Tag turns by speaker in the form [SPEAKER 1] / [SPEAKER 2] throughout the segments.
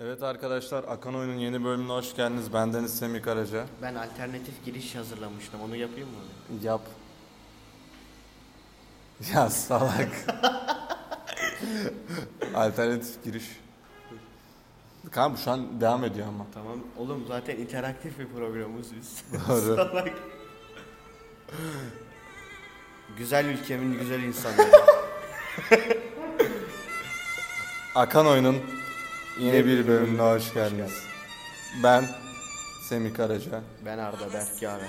[SPEAKER 1] Evet arkadaşlar Akan Oyun'un yeni bölümüne hoş geldiniz. Ben Deniz Semih Karaca.
[SPEAKER 2] Ben alternatif giriş hazırlamıştım. Onu yapayım mı?
[SPEAKER 1] Yap. Ya salak. Alternatif giriş. Kanka bu şu an devam ediyor ama.
[SPEAKER 2] Tamam. Oğlum zaten interaktif bir programız biz.
[SPEAKER 1] Doğru.
[SPEAKER 2] Salak. güzel ülkemin güzel insanları.
[SPEAKER 1] Akan Oyun'un yeni
[SPEAKER 2] Yeni
[SPEAKER 1] bir
[SPEAKER 2] bir
[SPEAKER 1] bölümüne hoş geldiniz. Ben Semih Karaca.
[SPEAKER 2] ben Arda Berk Yaver.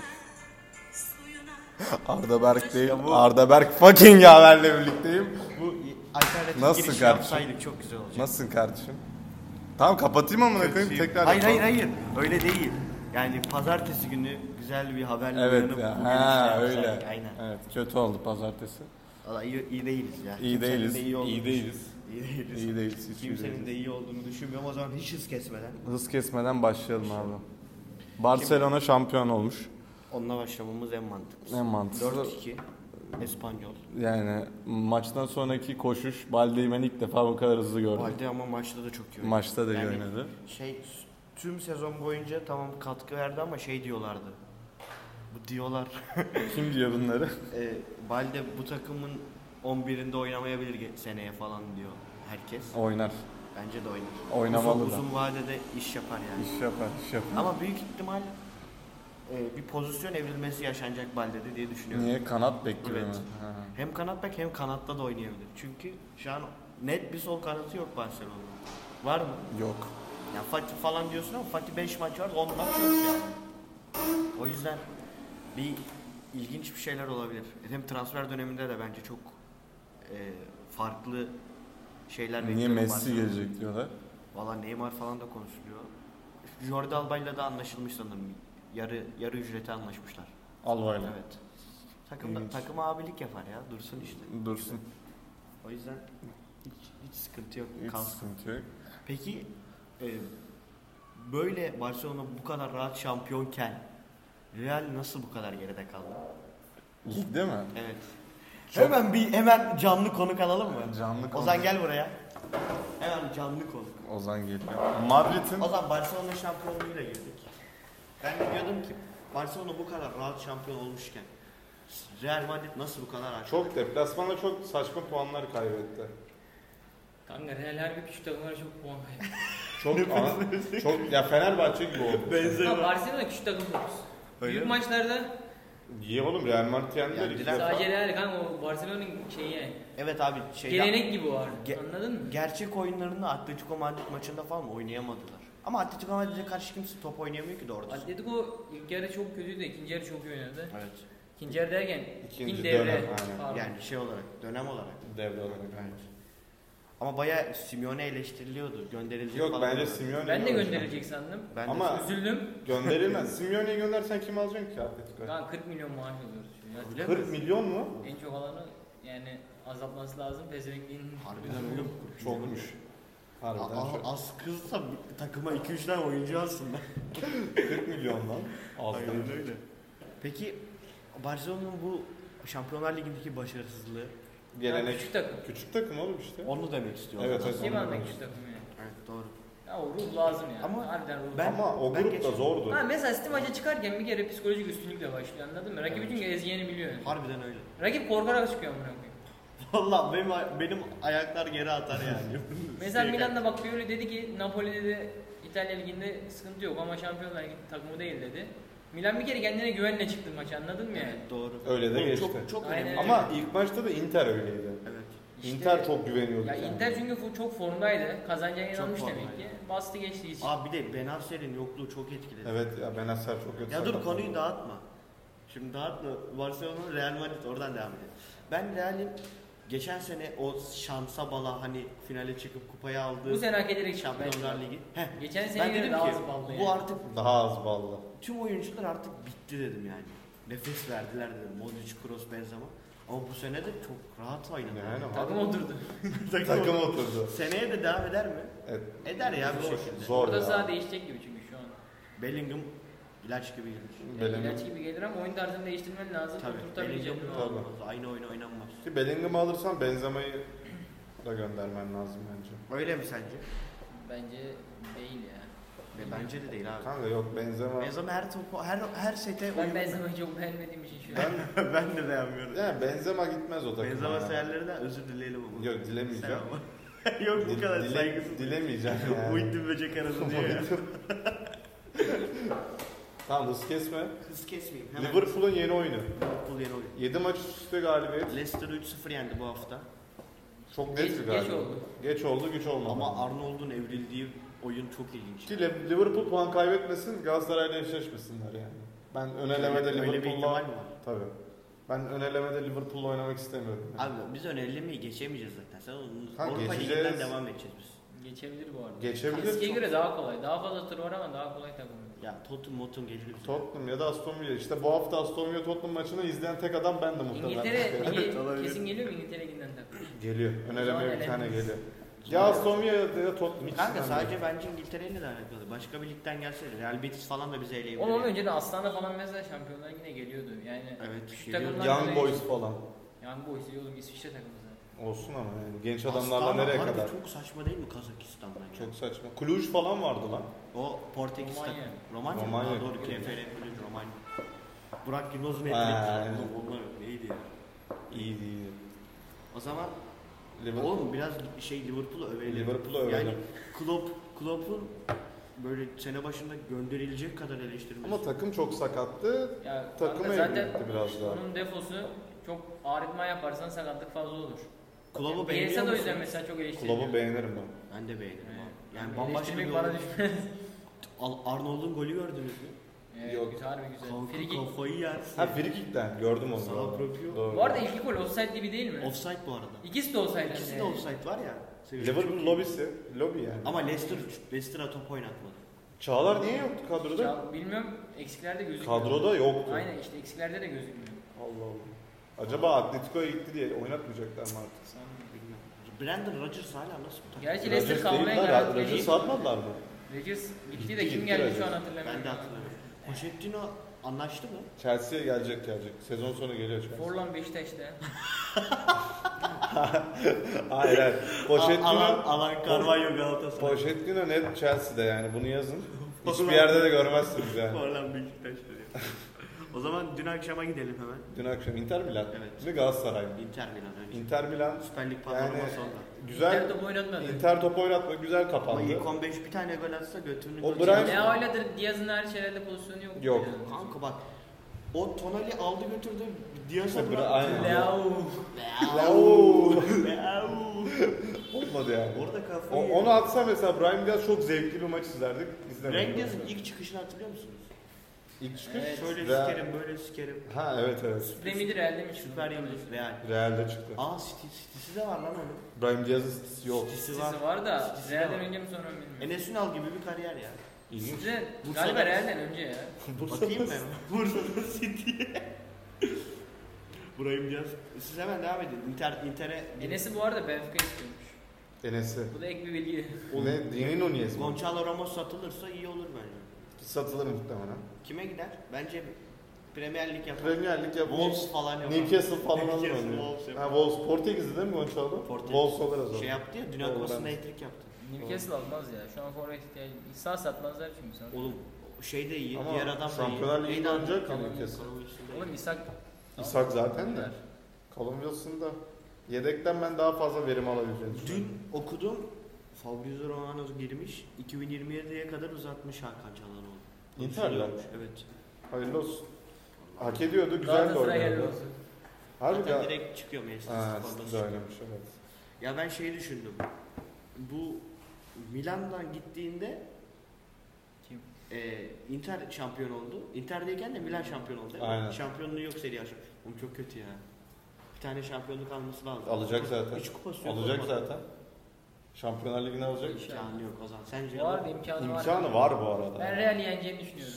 [SPEAKER 1] Arda Berk değil.
[SPEAKER 2] Ya bu-
[SPEAKER 1] Arda Berk fucking yaverle birlikteyim.
[SPEAKER 2] Bu alternatif
[SPEAKER 1] Nasıl
[SPEAKER 2] giriş
[SPEAKER 1] kardeşim?
[SPEAKER 2] yapsaydık çok güzel olacak.
[SPEAKER 1] Nasılsın kardeşim? Tamam kapatayım amına koyayım tekrar
[SPEAKER 2] hayır
[SPEAKER 1] yapalım.
[SPEAKER 2] hayır hayır. Öyle değil. Yani pazartesi günü güzel bir haberle
[SPEAKER 1] Evet
[SPEAKER 2] uyanıp
[SPEAKER 1] ya.
[SPEAKER 2] bugün
[SPEAKER 1] Ha
[SPEAKER 2] işte
[SPEAKER 1] öyle.
[SPEAKER 2] yapsaydık, Aynen.
[SPEAKER 1] Evet kötü oldu pazartesi.
[SPEAKER 2] Valla iyi, iyi değiliz ya.
[SPEAKER 1] İyi
[SPEAKER 2] Kimsenin
[SPEAKER 1] değiliz.
[SPEAKER 2] de
[SPEAKER 1] iyi
[SPEAKER 2] olduğunu
[SPEAKER 1] değiliz.
[SPEAKER 2] İyi değiliz.
[SPEAKER 1] İyi değiliz. Hiç iyi
[SPEAKER 2] Kimsenin
[SPEAKER 1] değiliz.
[SPEAKER 2] de iyi olduğunu düşünmüyorum. O zaman hiç hız kesmeden
[SPEAKER 1] Hız kesmeden başlayalım abi. Barcelona şampiyon olmuş.
[SPEAKER 2] onunla başlamamız en mantıklı.
[SPEAKER 1] En mantıklı.
[SPEAKER 2] 4-2 Espanyol.
[SPEAKER 1] Yani maçtan sonraki koşuş Balde'yi ben ilk defa bu kadar hızlı gördüm.
[SPEAKER 2] Halde ama maçta da çok iyi oynadı.
[SPEAKER 1] Maçta da iyi
[SPEAKER 2] Yani-
[SPEAKER 1] oynadı.
[SPEAKER 2] Şey tüm sezon boyunca tamam katkı verdi ama şey diyorlardı. Bu diyorlar.
[SPEAKER 1] Kim diyor bunları?
[SPEAKER 2] e, Balde bu takımın 11'inde oynamayabilir ge- seneye falan diyor herkes.
[SPEAKER 1] Oynar.
[SPEAKER 2] Bence de oynar.
[SPEAKER 1] Oynamalı
[SPEAKER 2] uzun,
[SPEAKER 1] da.
[SPEAKER 2] uzun vadede iş yapar yani.
[SPEAKER 1] İş yapar, iş yapar.
[SPEAKER 2] Ama büyük ihtimal e, bir pozisyon evrilmesi yaşanacak Balde'de diye düşünüyorum.
[SPEAKER 1] Niye? Kanat bekliyor
[SPEAKER 2] Evet.
[SPEAKER 1] mu? Ha.
[SPEAKER 2] Hem kanat bek hem kanatta da oynayabilir. Çünkü şu an net bir sol kanatı yok Barcelona'nın. Var mı?
[SPEAKER 1] Yok.
[SPEAKER 2] Ya Fatih falan diyorsun ama Fatih 5 maç var 10 maç yok yani. O yüzden bir ilginç bir şeyler olabilir. Hem transfer döneminde de bence çok e, farklı şeyler
[SPEAKER 1] Niye
[SPEAKER 2] bekliyorum
[SPEAKER 1] Messi
[SPEAKER 2] Barcelona'dan.
[SPEAKER 1] gelecek diyorlar?
[SPEAKER 2] Valla Neymar falan da konuşuluyor. Jordi Alba'yla da anlaşılmış sanırım. Yarı yarı ücrete anlaşmışlar.
[SPEAKER 1] Albayla.
[SPEAKER 2] Evet. Takımda,
[SPEAKER 1] İlginç.
[SPEAKER 2] takıma abilik yapar ya. Dursun işte.
[SPEAKER 1] Dursun.
[SPEAKER 2] O yüzden hiç, hiç sıkıntı yok.
[SPEAKER 1] Hiç
[SPEAKER 2] Kalsın.
[SPEAKER 1] sıkıntı yok.
[SPEAKER 2] Peki e, böyle Barcelona bu kadar rahat şampiyonken Real nasıl bu kadar geride kaldı?
[SPEAKER 1] Ligde mi?
[SPEAKER 2] Evet.
[SPEAKER 1] Çok-
[SPEAKER 2] Hemen bir hemen canlı konuk alalım mı?
[SPEAKER 1] Canlı
[SPEAKER 2] Ozan gel buraya. Hemen canlı konuk.
[SPEAKER 1] Ozan geliyor. Madrid'in
[SPEAKER 2] Ozan Barcelona şampiyonluğuyla girdik. Ben de diyordum ki Barcelona bu kadar rahat şampiyon olmuşken Real Madrid nasıl bu kadar rahat?
[SPEAKER 1] çok deplasmanda çok saçma puanlar kaybetti.
[SPEAKER 3] Kanka Real her bir küçük takımlara çok puan kaybediyor.
[SPEAKER 1] Çok ama çok ya Fenerbahçe gibi oldu.
[SPEAKER 3] Ama Barcelona küçük takım topuz.
[SPEAKER 2] Öyle
[SPEAKER 3] Büyük
[SPEAKER 2] mi?
[SPEAKER 3] maçlarda
[SPEAKER 1] Niye oğlum Real Madrid yendiler iki
[SPEAKER 2] Yendiler.
[SPEAKER 1] defa.
[SPEAKER 3] sadece Real kanka o Barcelona'nın şeyi yani.
[SPEAKER 2] Evet abi şeyden...
[SPEAKER 3] Gelenek gibi var.
[SPEAKER 2] Ge-
[SPEAKER 3] Anladın mı?
[SPEAKER 2] Gerçek oyunlarında Atletico Madrid maçında falan oynayamadılar. Ama Atletico Madrid'e karşı kimse top oynayamıyor ki doğru düzgün.
[SPEAKER 3] Atletico ilk yarı çok kötüydü, ikinci yarı çok iyi oynadı.
[SPEAKER 2] Evet.
[SPEAKER 3] İkinci yarı derken
[SPEAKER 1] İkinci
[SPEAKER 3] ikinci
[SPEAKER 1] dönem,
[SPEAKER 3] devre.
[SPEAKER 1] aynen.
[SPEAKER 3] Pardon.
[SPEAKER 2] Yani şey olarak, dönem olarak.
[SPEAKER 1] Devre olarak.
[SPEAKER 2] Ama bayağı Simeone eleştiriliyordu. Gönderilecek
[SPEAKER 1] Yok
[SPEAKER 2] falan.
[SPEAKER 1] bence
[SPEAKER 2] diyordu.
[SPEAKER 1] Simeone
[SPEAKER 3] ben de
[SPEAKER 1] gönderecek.
[SPEAKER 3] gönderilecek sandım.
[SPEAKER 2] Ben de-
[SPEAKER 1] Ama-
[SPEAKER 3] Üzüldüm.
[SPEAKER 1] Gönderilmez. Simeone'yi göndersen kim alacaksın ki Atletico?
[SPEAKER 3] Kanka 40 milyon maaş alıyoruz şimdi. Ya.
[SPEAKER 2] Öyle mi?
[SPEAKER 1] 40 milyon mu?
[SPEAKER 3] En çok alanı yani azaltması lazım. Pezevenk'in
[SPEAKER 2] Harbiden öyle mi?
[SPEAKER 1] Çokmuş. Harbiden
[SPEAKER 2] Aa,
[SPEAKER 1] çok.
[SPEAKER 2] az kızsa bir takıma 2-3 tane oyuncu alsın ben.
[SPEAKER 1] 40 milyon lan. Az değil.
[SPEAKER 2] Aynen öyle. Peki Barcelona'nın bu Şampiyonlar Ligi'ndeki başarısızlığı
[SPEAKER 3] yani
[SPEAKER 1] Gelenek.
[SPEAKER 3] küçük takım.
[SPEAKER 1] Küçük takım oğlum işte.
[SPEAKER 2] onu demek istiyorum.
[SPEAKER 1] Evet,
[SPEAKER 2] ben.
[SPEAKER 1] evet.
[SPEAKER 3] Kim
[SPEAKER 1] Ondan
[SPEAKER 3] almak
[SPEAKER 1] dolayı.
[SPEAKER 3] küçük takım yani?
[SPEAKER 2] Evet doğru.
[SPEAKER 3] Ya o ruh lazım yani.
[SPEAKER 2] Ama
[SPEAKER 3] Harbiden ruh.
[SPEAKER 2] ben-
[SPEAKER 1] Ama o grup da
[SPEAKER 2] geçen-
[SPEAKER 1] zordu.
[SPEAKER 3] Ha mesela Steam maça çıkarken bir kere psikolojik üstünlükle başlıyor anladın mı? Rakip
[SPEAKER 2] Evet.
[SPEAKER 3] çünkü ezgiyeni biliyor. yani.
[SPEAKER 2] Harbiden öyle.
[SPEAKER 3] Rakip korkarak çıkıyor amına koyayım.
[SPEAKER 2] Valla benim, benim ayaklar geri atar yani.
[SPEAKER 3] Mesela Milan'da bak Pioli dedi ki Napoli dedi İtalya liginde sıkıntı yok ama Şampiyonlar Ligi takımı değil dedi. Milan bir kere kendine güvenle çıktı maça anladın mı yani?
[SPEAKER 2] Doğru.
[SPEAKER 1] Öyle de
[SPEAKER 2] Oğlum,
[SPEAKER 1] geçti.
[SPEAKER 2] Çok, çok
[SPEAKER 3] Aynen
[SPEAKER 2] önemli.
[SPEAKER 3] öyle.
[SPEAKER 1] Ama ilk maçta da Inter öyleydi.
[SPEAKER 2] Evet.
[SPEAKER 3] İşte-
[SPEAKER 1] Inter çok güveniyordu.
[SPEAKER 3] Ya
[SPEAKER 1] kendine.
[SPEAKER 3] Inter çünkü fu- çok formdaydı. Kazanacağına
[SPEAKER 2] Çok
[SPEAKER 3] inanmış demek ki.
[SPEAKER 2] formdaydı.
[SPEAKER 3] Bastı geçti hiç.
[SPEAKER 2] Aa bir de Benasser'in yokluğu çok etkiledi.
[SPEAKER 1] Evet ya Ben Asar çok kötü.
[SPEAKER 2] Ya dur
[SPEAKER 1] sakat
[SPEAKER 2] konuyu
[SPEAKER 1] oldu.
[SPEAKER 2] dağıtma. Şimdi dağıtma. Barcelona, Real Madrid oradan devam edelim. Ben Real'in geçen sene o şansa bala hani finale çıkıp kupayı aldığı
[SPEAKER 3] Bu sene hak ederek çıktı
[SPEAKER 2] Şampiyonlar
[SPEAKER 3] bence.
[SPEAKER 2] Ligi. Heh.
[SPEAKER 3] Geçen sene
[SPEAKER 2] Ben
[SPEAKER 3] yine
[SPEAKER 2] dedim
[SPEAKER 3] daha
[SPEAKER 2] ki
[SPEAKER 3] az ballı yani.
[SPEAKER 2] bu artık
[SPEAKER 1] Daha az ballı.
[SPEAKER 2] tüm oyuncular artık bitti dedim yani. Nefes verdiler dedim. Modric, Kroos, Benzema. Ama bu sene de çok rahat oynadı.
[SPEAKER 1] Yani
[SPEAKER 3] Takım oturdu.
[SPEAKER 1] abi, takım oturdu.
[SPEAKER 2] Seneye de devam eder mi?
[SPEAKER 1] Evet.
[SPEAKER 2] Eder ya bir
[SPEAKER 1] Zor,
[SPEAKER 2] şekilde.
[SPEAKER 1] zor
[SPEAKER 3] Orada
[SPEAKER 1] ya.
[SPEAKER 3] saha değişecek gibi çünkü şu an.
[SPEAKER 2] Bellingham ilaç gibi girmiş.
[SPEAKER 3] Yani
[SPEAKER 1] Bellingham.
[SPEAKER 3] ilaç gibi gelir ama oyun tarzını değiştirmen lazım.
[SPEAKER 2] Tabii.
[SPEAKER 3] Oturtabilecek mi?
[SPEAKER 2] Bellingham'ın
[SPEAKER 1] Tabii.
[SPEAKER 2] olmaz. Aynı oyun oynanmaz.
[SPEAKER 1] Ki Bellingham'ı alırsan Benzema'yı da göndermen lazım bence.
[SPEAKER 2] Öyle mi sence?
[SPEAKER 3] Bence değil ya.
[SPEAKER 2] Ve bence de değil abi.
[SPEAKER 4] Kanka yok Benzema.
[SPEAKER 2] Benzema her topu, her her sete
[SPEAKER 3] Ben
[SPEAKER 2] oyun.
[SPEAKER 3] Benzema'yı çok beğenmediğim için şu an.
[SPEAKER 4] Ben,
[SPEAKER 2] ben de beğenmiyorum.
[SPEAKER 4] ya Benzema gitmez o takıma.
[SPEAKER 2] Benzema
[SPEAKER 4] ya.
[SPEAKER 2] severlerinden özür dileyelim ama.
[SPEAKER 4] Yok dilemeyeceğim.
[SPEAKER 2] Sen ama. Yok bu
[SPEAKER 4] Dil-
[SPEAKER 2] kadar
[SPEAKER 4] dile-
[SPEAKER 2] saygısız.
[SPEAKER 4] Dilemeyeceğim yani.
[SPEAKER 2] Uyuttum böcek arası diyor ya.
[SPEAKER 4] tamam hız kesme.
[SPEAKER 2] Hız kesmeyeyim. Hemen
[SPEAKER 4] Liverpool'un yeni oyunu.
[SPEAKER 2] Liverpool yeni oyun.
[SPEAKER 4] 7 maç üst üste galibiyet.
[SPEAKER 2] Leicester 3-0 yendi bu hafta.
[SPEAKER 4] Çok
[SPEAKER 3] Geç-
[SPEAKER 4] net bir
[SPEAKER 3] geç
[SPEAKER 4] galibiyet.
[SPEAKER 3] oldu.
[SPEAKER 4] Geç oldu güç olmadı.
[SPEAKER 2] Ama Arnold'un evrildiği oyun çok ilginç.
[SPEAKER 4] Ki Le- Liverpool puan kaybetmesin Galatasaray'la eşleşmesinler yani. Ben ön elemede
[SPEAKER 2] Öyle bir ihtimal
[SPEAKER 4] Liverpool'la...
[SPEAKER 2] mi var?
[SPEAKER 4] Tabii. Ben ön elemede Liverpool'la oynamak istemiyorum. yani.
[SPEAKER 2] Abi biz önerili geçemeyeceğiz zaten. Sen onun
[SPEAKER 4] Kanka
[SPEAKER 2] Avrupa
[SPEAKER 4] geçeceğiz.
[SPEAKER 2] Ligi'nden devam edeceğiz biz.
[SPEAKER 3] Geçebilir bu arada.
[SPEAKER 4] Geçebilir.
[SPEAKER 3] Eskiye
[SPEAKER 4] Çok-
[SPEAKER 3] göre daha kolay. Daha fazla tur var ama daha kolay takım.
[SPEAKER 2] Ya Tottenham Mottenham gelir bize.
[SPEAKER 4] Tottenham ya da Aston Villa. İşte bu hafta Aston Villa Tottenham maçını izleyen tek adam bendim muhtemelen.
[SPEAKER 3] İngiltere
[SPEAKER 4] Yani.
[SPEAKER 3] ligi
[SPEAKER 2] olabilir.
[SPEAKER 3] kesin geliyor mu İngiltere liginden takım?
[SPEAKER 4] Geliyor. Ön elemeye
[SPEAKER 3] Sonra
[SPEAKER 4] bir tane
[SPEAKER 3] elendiniz.
[SPEAKER 4] geliyor. Ya Aston Villa ya da Tottenham.
[SPEAKER 2] Kanka
[SPEAKER 4] ikisinden
[SPEAKER 2] sadece bence İngiltere'yle de alakalı. Başka bir ligden gelse de Real Betis falan da bize eleyebilir.
[SPEAKER 3] Onun önce de Aslan'da falan mesela şampiyonlar yine geliyordu. Yani
[SPEAKER 2] Evet, şey
[SPEAKER 3] şu
[SPEAKER 2] geliyordu.
[SPEAKER 4] biri.
[SPEAKER 3] takımlar
[SPEAKER 4] Young
[SPEAKER 3] böyle-
[SPEAKER 4] Boys falan.
[SPEAKER 3] Young Boys diyordum İsviçre takımı zaten.
[SPEAKER 4] Olsun ama yani genç
[SPEAKER 2] Aslında
[SPEAKER 4] adamlarla
[SPEAKER 2] ama
[SPEAKER 4] nereye
[SPEAKER 2] harbi
[SPEAKER 4] kadar? Çok,
[SPEAKER 2] Çok saçma değil mi Kazakistan'dan? ya?
[SPEAKER 4] saçma. Cluj falan vardı lan.
[SPEAKER 2] O Portekiz
[SPEAKER 3] Romanya.
[SPEAKER 2] takımı. Romanya.
[SPEAKER 4] Romanya.
[SPEAKER 2] Romanya. Daha doğru KFR kulübü Romanya. Burak Yılmaz'ın etkili.
[SPEAKER 4] Ha,
[SPEAKER 2] Oğlum
[SPEAKER 4] evet.
[SPEAKER 2] Onlar neydi ya?
[SPEAKER 4] İyi değil.
[SPEAKER 2] O zaman
[SPEAKER 4] Liverpool.
[SPEAKER 2] oğlum biraz şey Liverpool'u övelim.
[SPEAKER 4] Liverpool'u övelim.
[SPEAKER 2] Yani Klopp, Klopp'un böyle sene başında gönderilecek kadar eleştirmesi.
[SPEAKER 4] Ama takım çok sakattı.
[SPEAKER 3] Ya
[SPEAKER 4] Takımı
[SPEAKER 3] kanka zaten
[SPEAKER 4] evrildi biraz daha.
[SPEAKER 3] Onun defosu çok ağır idman yaparsan sakatlık fazla olur.
[SPEAKER 2] Klopp'u beğeniyor
[SPEAKER 3] Bielsa da o
[SPEAKER 2] musun?
[SPEAKER 3] yüzden mesela çok eleştiriliyor.
[SPEAKER 4] Kulübü beğenirim ben.
[SPEAKER 2] Ben de beğenirim
[SPEAKER 3] Evet.
[SPEAKER 2] abi. Yani bambaşka bir
[SPEAKER 3] Eleştirmek
[SPEAKER 2] bana
[SPEAKER 3] bana düşmez.
[SPEAKER 2] Arnold'un golü gördünüz mü?
[SPEAKER 3] Evet,
[SPEAKER 4] Yok.
[SPEAKER 3] güzel harbi güzel.
[SPEAKER 2] Kanka
[SPEAKER 3] Friki.
[SPEAKER 2] kafayı yersin.
[SPEAKER 4] Ha frikikten gördüm onu.
[SPEAKER 2] Sana
[SPEAKER 4] Doğru.
[SPEAKER 2] bırakıyor.
[SPEAKER 4] Doğru.
[SPEAKER 3] Bu arada ilk gol offside gibi değil mi?
[SPEAKER 2] Offside bu arada.
[SPEAKER 3] İkisi de offside.
[SPEAKER 2] İkisi de
[SPEAKER 3] yani.
[SPEAKER 2] offside var ya. Seviyorum.
[SPEAKER 4] Liverpool lobisi. Lobi yani.
[SPEAKER 2] Ama Leicester, Leicester'a top oynatmadı.
[SPEAKER 4] Çağlar niye yoktu kadroda?
[SPEAKER 3] Ya bilmiyorum eksiklerde gözükmüyor.
[SPEAKER 4] Kadroda yoktu.
[SPEAKER 3] Aynen işte eksiklerde de gözükmüyor.
[SPEAKER 4] Allah Allah. Acaba Atletico'ya gitti diye oynatmayacaklar mı artık?
[SPEAKER 3] Sanmıyorum.
[SPEAKER 2] Bilmiyorum. Brandon Rodgers hala nasıl bir takım?
[SPEAKER 3] Gerçi Leicester kalmaya
[SPEAKER 4] değil lan,
[SPEAKER 3] garanti
[SPEAKER 4] Rodgers'ı
[SPEAKER 3] değil.
[SPEAKER 4] satmadılar mı?
[SPEAKER 3] Rodgers gitti de
[SPEAKER 4] Gitti,
[SPEAKER 3] kim
[SPEAKER 4] gitti
[SPEAKER 3] geldi şu
[SPEAKER 4] Rodgers.
[SPEAKER 3] an hatırlamıyorum.
[SPEAKER 2] Ben de hatırlamıyorum. Pochettino anlaştı mı?
[SPEAKER 4] Chelsea'ye gelecek gelecek. Sezon sonu geliyor Chelsea.
[SPEAKER 3] Forlan Beşiktaş'ta.
[SPEAKER 4] hayır hayır.
[SPEAKER 2] Alan,
[SPEAKER 4] Pochettino,
[SPEAKER 2] Alan Carvalho Galatasaray.
[SPEAKER 4] Pochettino net Chelsea'de yani bunu yazın. Hiçbir
[SPEAKER 2] Forlan-
[SPEAKER 4] yerde de görmezsiniz yani.
[SPEAKER 2] Oradan Beşiktaş diyor. o zaman dün akşama gidelim hemen.
[SPEAKER 4] Dün akşam Inter Milan
[SPEAKER 2] Evet.
[SPEAKER 4] mi Galatasaray mı?
[SPEAKER 2] Inter Milan önce.
[SPEAKER 4] Inter Milan
[SPEAKER 2] Süper Lig
[SPEAKER 4] Yani-
[SPEAKER 2] patlaması sonra.
[SPEAKER 4] güzel.
[SPEAKER 3] Inter top oynatmadı.
[SPEAKER 4] Inter top oynatma güzel
[SPEAKER 2] Ama
[SPEAKER 4] kapandı.
[SPEAKER 2] ilk 15 bir tane gol atsa götünü
[SPEAKER 4] O
[SPEAKER 2] götürür.
[SPEAKER 4] Brian-
[SPEAKER 3] Ne öyledir Diaz'ın her şeylerde pozisyonu yok.
[SPEAKER 4] Yok.
[SPEAKER 2] Kanka bak. O Tonali aldı götürdü. Diaz'a
[SPEAKER 4] İşte
[SPEAKER 2] bıraktı.
[SPEAKER 4] Brian-
[SPEAKER 3] Leao.
[SPEAKER 4] Leao.
[SPEAKER 2] Leao.
[SPEAKER 4] Olmadı yani.
[SPEAKER 2] Orada kafayı
[SPEAKER 4] O,
[SPEAKER 2] yedi.
[SPEAKER 4] onu atsa mesela Brian Diaz çok zevkli bir maç izlerdik.
[SPEAKER 2] Brian
[SPEAKER 4] İzlemedik.
[SPEAKER 2] Diaz'ın ilk çıkışını hatırlıyor musunuz?
[SPEAKER 4] İlk çıkış.
[SPEAKER 3] Evet.
[SPEAKER 2] Şöyle
[SPEAKER 4] Real-
[SPEAKER 2] sikerim, böyle sikerim.
[SPEAKER 4] Ha evet evet.
[SPEAKER 3] Demir elde mi?
[SPEAKER 2] Süper yemiş. Real.
[SPEAKER 4] Real'de çıktı.
[SPEAKER 2] Aa City, City'si de var lan onun.
[SPEAKER 4] Brian Diaz'ın stisi yok.
[SPEAKER 2] City'si var.
[SPEAKER 3] Sisi var da
[SPEAKER 2] Sisi de
[SPEAKER 3] Real'den
[SPEAKER 2] var.
[SPEAKER 3] önce mi sonra mı bilmiyorum.
[SPEAKER 2] Enes Ünal gibi bir kariyer ya.
[SPEAKER 4] İlginç.
[SPEAKER 3] Size
[SPEAKER 2] Bursa'da-
[SPEAKER 3] galiba Real'den önce ya.
[SPEAKER 2] Bakayım mı? Bursa'da City'ye. Burayı biraz... Siz hemen devam edin. Inter, Inter'e...
[SPEAKER 3] Enes'i bu arada Benfica istiyormuş.
[SPEAKER 4] Enes'i.
[SPEAKER 3] Bu da ek bir bilgi.
[SPEAKER 4] O ne? Dini Nunez mi?
[SPEAKER 2] Gonçalo Ramos satılırsa iyi olur bence.
[SPEAKER 4] Satılır muhtemelen.
[SPEAKER 2] Kime gider? Bence Premier Lig yapar.
[SPEAKER 4] Premier Lig yapmış.
[SPEAKER 2] Wolves falan yapar.
[SPEAKER 4] Newcastle falan alır
[SPEAKER 2] Newcastle,
[SPEAKER 4] onu.
[SPEAKER 2] Wolves
[SPEAKER 4] Ha
[SPEAKER 2] yapar.
[SPEAKER 4] Wolves Portekiz'de değil mi Gonçalo?
[SPEAKER 2] Portekiz.
[SPEAKER 4] Wolves olur o zaman.
[SPEAKER 2] Şey yaptı ya, Dünya
[SPEAKER 4] Doğru,
[SPEAKER 2] Kupası'nda
[SPEAKER 4] ben-
[SPEAKER 2] hat-trick yaptı.
[SPEAKER 3] Newcastle almaz ya. Şu an forvet ihtiyacı. İsa satmazlar çünkü sana.
[SPEAKER 2] Oğlum şey de iyi,
[SPEAKER 4] Ama
[SPEAKER 2] diğer adam da iyi.
[SPEAKER 4] Şampiyonlar Ligi'nde
[SPEAKER 2] Eydan-
[SPEAKER 4] oynayacak ya
[SPEAKER 2] Kalon-
[SPEAKER 4] Newcastle.
[SPEAKER 2] Kalon Wilson da iyi.
[SPEAKER 3] Oğlum İsa...
[SPEAKER 4] İshak zaten de.
[SPEAKER 3] Ver.
[SPEAKER 4] Callum Wilson da. Yedekten ben daha fazla verim alabileceğim.
[SPEAKER 2] Dün okudum. Fabrizio Romano girmiş. 2027'ye kadar uzatmış Hakan Çalhanoğlu. Şey
[SPEAKER 4] Inter'le.
[SPEAKER 2] Evet.
[SPEAKER 4] Hayırlı olsun. Hak ediyordu. Güzel de
[SPEAKER 3] Galatasaray hayırlı
[SPEAKER 4] oynadı.
[SPEAKER 3] olsun.
[SPEAKER 4] Harbi
[SPEAKER 2] Zaten
[SPEAKER 4] ya.
[SPEAKER 2] direkt çıkıyor Manchester
[SPEAKER 4] Ha,
[SPEAKER 2] Spor'da.
[SPEAKER 4] City'de oynamış evet.
[SPEAKER 2] Ya ben şeyi düşündüm. Bu Milan'dan gittiğinde
[SPEAKER 3] Kim?
[SPEAKER 2] e, Inter şampiyon oldu. Inter'deyken de Milan şampiyon oldu. değil mi?
[SPEAKER 4] Aynen.
[SPEAKER 2] Şampiyonluğu yok Serie A. Oğlum çok kötü ya. Bir tane şampiyonluk alması lazım.
[SPEAKER 4] Alacak zaten.
[SPEAKER 2] Hiç kupası yok.
[SPEAKER 4] Alacak
[SPEAKER 2] olmadı.
[SPEAKER 4] zaten. Şampiyonlar Ligi'ni alacak.
[SPEAKER 2] İmkanı yok Ozan. Sence?
[SPEAKER 3] Bu arada imkanı var.
[SPEAKER 4] İmkanı var bu arada.
[SPEAKER 3] Ben Real'i yeneceğini düşünüyorum.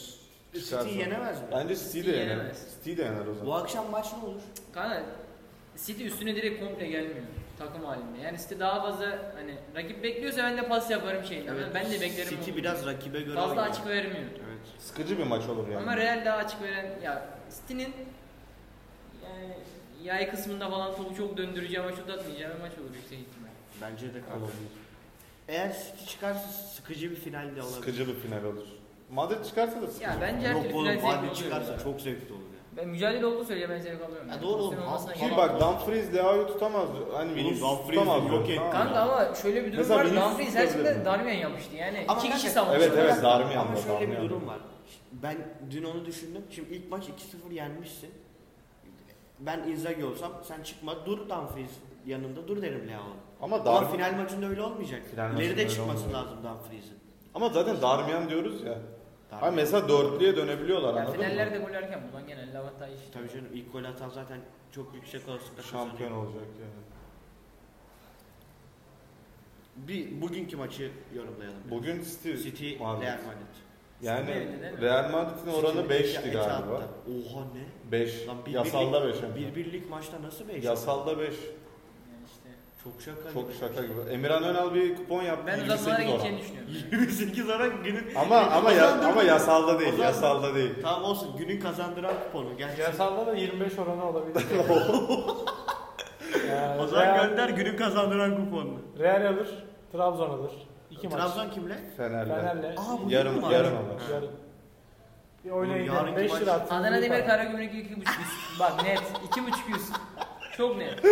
[SPEAKER 2] City'yi yenemez mi?
[SPEAKER 4] Bence City de
[SPEAKER 3] City
[SPEAKER 4] yener.
[SPEAKER 3] yenemez.
[SPEAKER 4] City de yener o zaman.
[SPEAKER 2] Bu akşam maç ne olur?
[SPEAKER 3] Kanka City üstüne direkt komple gelmiyor takım halinde. Yani City daha fazla hani rakip bekliyorsa ben de pas yaparım şeyini. Ben de beklerim.
[SPEAKER 2] City
[SPEAKER 3] onu.
[SPEAKER 2] biraz rakibe göre
[SPEAKER 3] fazla
[SPEAKER 2] oynuyor.
[SPEAKER 3] açık vermiyor.
[SPEAKER 2] Evet.
[SPEAKER 4] Sıkıcı bir maç olur yani.
[SPEAKER 3] Ama Real daha açık veren ya City'nin yani yay kısmında falan topu çok döndüreceği ama şut atmayacağı bir maç olur yüksek ihtimal.
[SPEAKER 2] Bence de
[SPEAKER 4] Olur.
[SPEAKER 2] kalır. Eğer City çıkarsa sıkıcı bir final de olabilir.
[SPEAKER 4] Sıkıcı bir final olur. Madrid çıkarsa da sıkıcı.
[SPEAKER 3] Ya bence her türlü
[SPEAKER 2] Yok oğlum
[SPEAKER 3] final zevkli
[SPEAKER 2] Madrid
[SPEAKER 3] oluyor.
[SPEAKER 2] çıkarsa
[SPEAKER 3] ya.
[SPEAKER 2] çok zevkli olur ya.
[SPEAKER 3] Ben mücadele olduğu sürece ben zevk alıyorum.
[SPEAKER 2] Ya
[SPEAKER 3] yani.
[SPEAKER 2] doğru oğlum,
[SPEAKER 3] Pozisyon
[SPEAKER 2] ha-
[SPEAKER 3] olmasına
[SPEAKER 2] ki
[SPEAKER 4] Ki
[SPEAKER 3] gerek yok.
[SPEAKER 4] bak Dumfries Leao'yu tutamaz. Hani
[SPEAKER 2] Oğlum
[SPEAKER 4] Vinicius
[SPEAKER 2] Dumfries'i
[SPEAKER 4] tutamaz.
[SPEAKER 2] yok etti.
[SPEAKER 4] Tamam.
[SPEAKER 3] Kanka ama şöyle bir durum
[SPEAKER 4] Mesela
[SPEAKER 3] var.
[SPEAKER 4] Vinicius
[SPEAKER 3] Dumfries her
[SPEAKER 4] söylüyorum.
[SPEAKER 3] şeyde Darmian yapmıştı yani.
[SPEAKER 2] Ama
[SPEAKER 3] İki kişi
[SPEAKER 2] kanka-
[SPEAKER 3] savunmuş.
[SPEAKER 4] Evet, evet. Darmian da,
[SPEAKER 2] Ama şöyle bir
[SPEAKER 4] Darmian da.
[SPEAKER 2] durum var. Ben dün onu düşündüm. Şimdi ilk maç 2-0 yenmişsin. Ben Inzaghi olsam sen çıkma dur Dumfries yanında dur derim Leao'nun.
[SPEAKER 4] Ama
[SPEAKER 2] Ama
[SPEAKER 4] Darmian,
[SPEAKER 2] final maçında öyle olmayacak.
[SPEAKER 4] Final maçında
[SPEAKER 2] İleride
[SPEAKER 4] öyle
[SPEAKER 2] çıkması
[SPEAKER 4] olmayacak.
[SPEAKER 2] lazım Dumfries'in.
[SPEAKER 4] ama zaten Darmian diyoruz ya.
[SPEAKER 2] Darmian.
[SPEAKER 4] Hani mesela dörtlüye dönebiliyorlar
[SPEAKER 3] Ya
[SPEAKER 4] anladın
[SPEAKER 3] finallerde
[SPEAKER 4] mı?
[SPEAKER 3] gol erken bulan genelde avantaj.
[SPEAKER 2] Tabii canım ilk golü atan zaten çok yüksek olasılıkla
[SPEAKER 4] Şampiyon
[SPEAKER 2] kazanıyor.
[SPEAKER 4] olacak yani.
[SPEAKER 2] Bir bugünkü maçı yorumlayalım.
[SPEAKER 4] Bugün City,
[SPEAKER 2] City
[SPEAKER 4] Madrid.
[SPEAKER 2] Real Madrid.
[SPEAKER 4] Yani
[SPEAKER 3] City evinde değil mi?
[SPEAKER 4] Real Madrid'in oranı
[SPEAKER 2] City'nin eti-
[SPEAKER 4] 5'ti
[SPEAKER 2] eti
[SPEAKER 4] galiba.
[SPEAKER 2] attı. Oha ne?
[SPEAKER 4] 5.
[SPEAKER 2] Lan bir
[SPEAKER 4] Yasalda 5.
[SPEAKER 2] birlik- Bir birlik maçta nasıl 5?
[SPEAKER 4] Yasalda 5.
[SPEAKER 3] Yani işte.
[SPEAKER 2] Çok şaka.
[SPEAKER 4] Çok
[SPEAKER 2] gibi.
[SPEAKER 4] şaka gibi. Emirhan Önal bir kupon yaptı.
[SPEAKER 3] Ben
[SPEAKER 4] 28
[SPEAKER 3] uzatmalara
[SPEAKER 4] oran.
[SPEAKER 3] gideceğini düşünüyorum.
[SPEAKER 2] 28 olarak günün...
[SPEAKER 4] Ama ama ya,
[SPEAKER 2] Kazandıran-
[SPEAKER 4] ama yasalda
[SPEAKER 2] O
[SPEAKER 4] değil.
[SPEAKER 2] zaman-
[SPEAKER 4] Yasalda değil.
[SPEAKER 2] Tamam olsun günün kazandıran kuponu. Gerçi
[SPEAKER 5] Yasalda da 25 oranı olabilir. Yani
[SPEAKER 2] o zaman
[SPEAKER 5] Real,
[SPEAKER 2] gönder günün kazandıran kuponunu.
[SPEAKER 5] Real alır, Trabzon alır. İki maç.
[SPEAKER 2] Trabzon kimle?
[SPEAKER 4] Fener'le.
[SPEAKER 5] Fener'le.
[SPEAKER 2] Aa bugün
[SPEAKER 4] Yarın-
[SPEAKER 2] mü var?
[SPEAKER 4] yarın ama.
[SPEAKER 2] Ha.
[SPEAKER 5] Yarın. Bir oynayın.
[SPEAKER 2] yarınki
[SPEAKER 5] 5
[SPEAKER 2] maç-
[SPEAKER 5] lira atın.
[SPEAKER 3] Adana
[SPEAKER 5] iyi
[SPEAKER 3] Demir
[SPEAKER 5] para.
[SPEAKER 3] Karagümrük 2.5 yüz. Bak net 2.5 yüz. Çok net.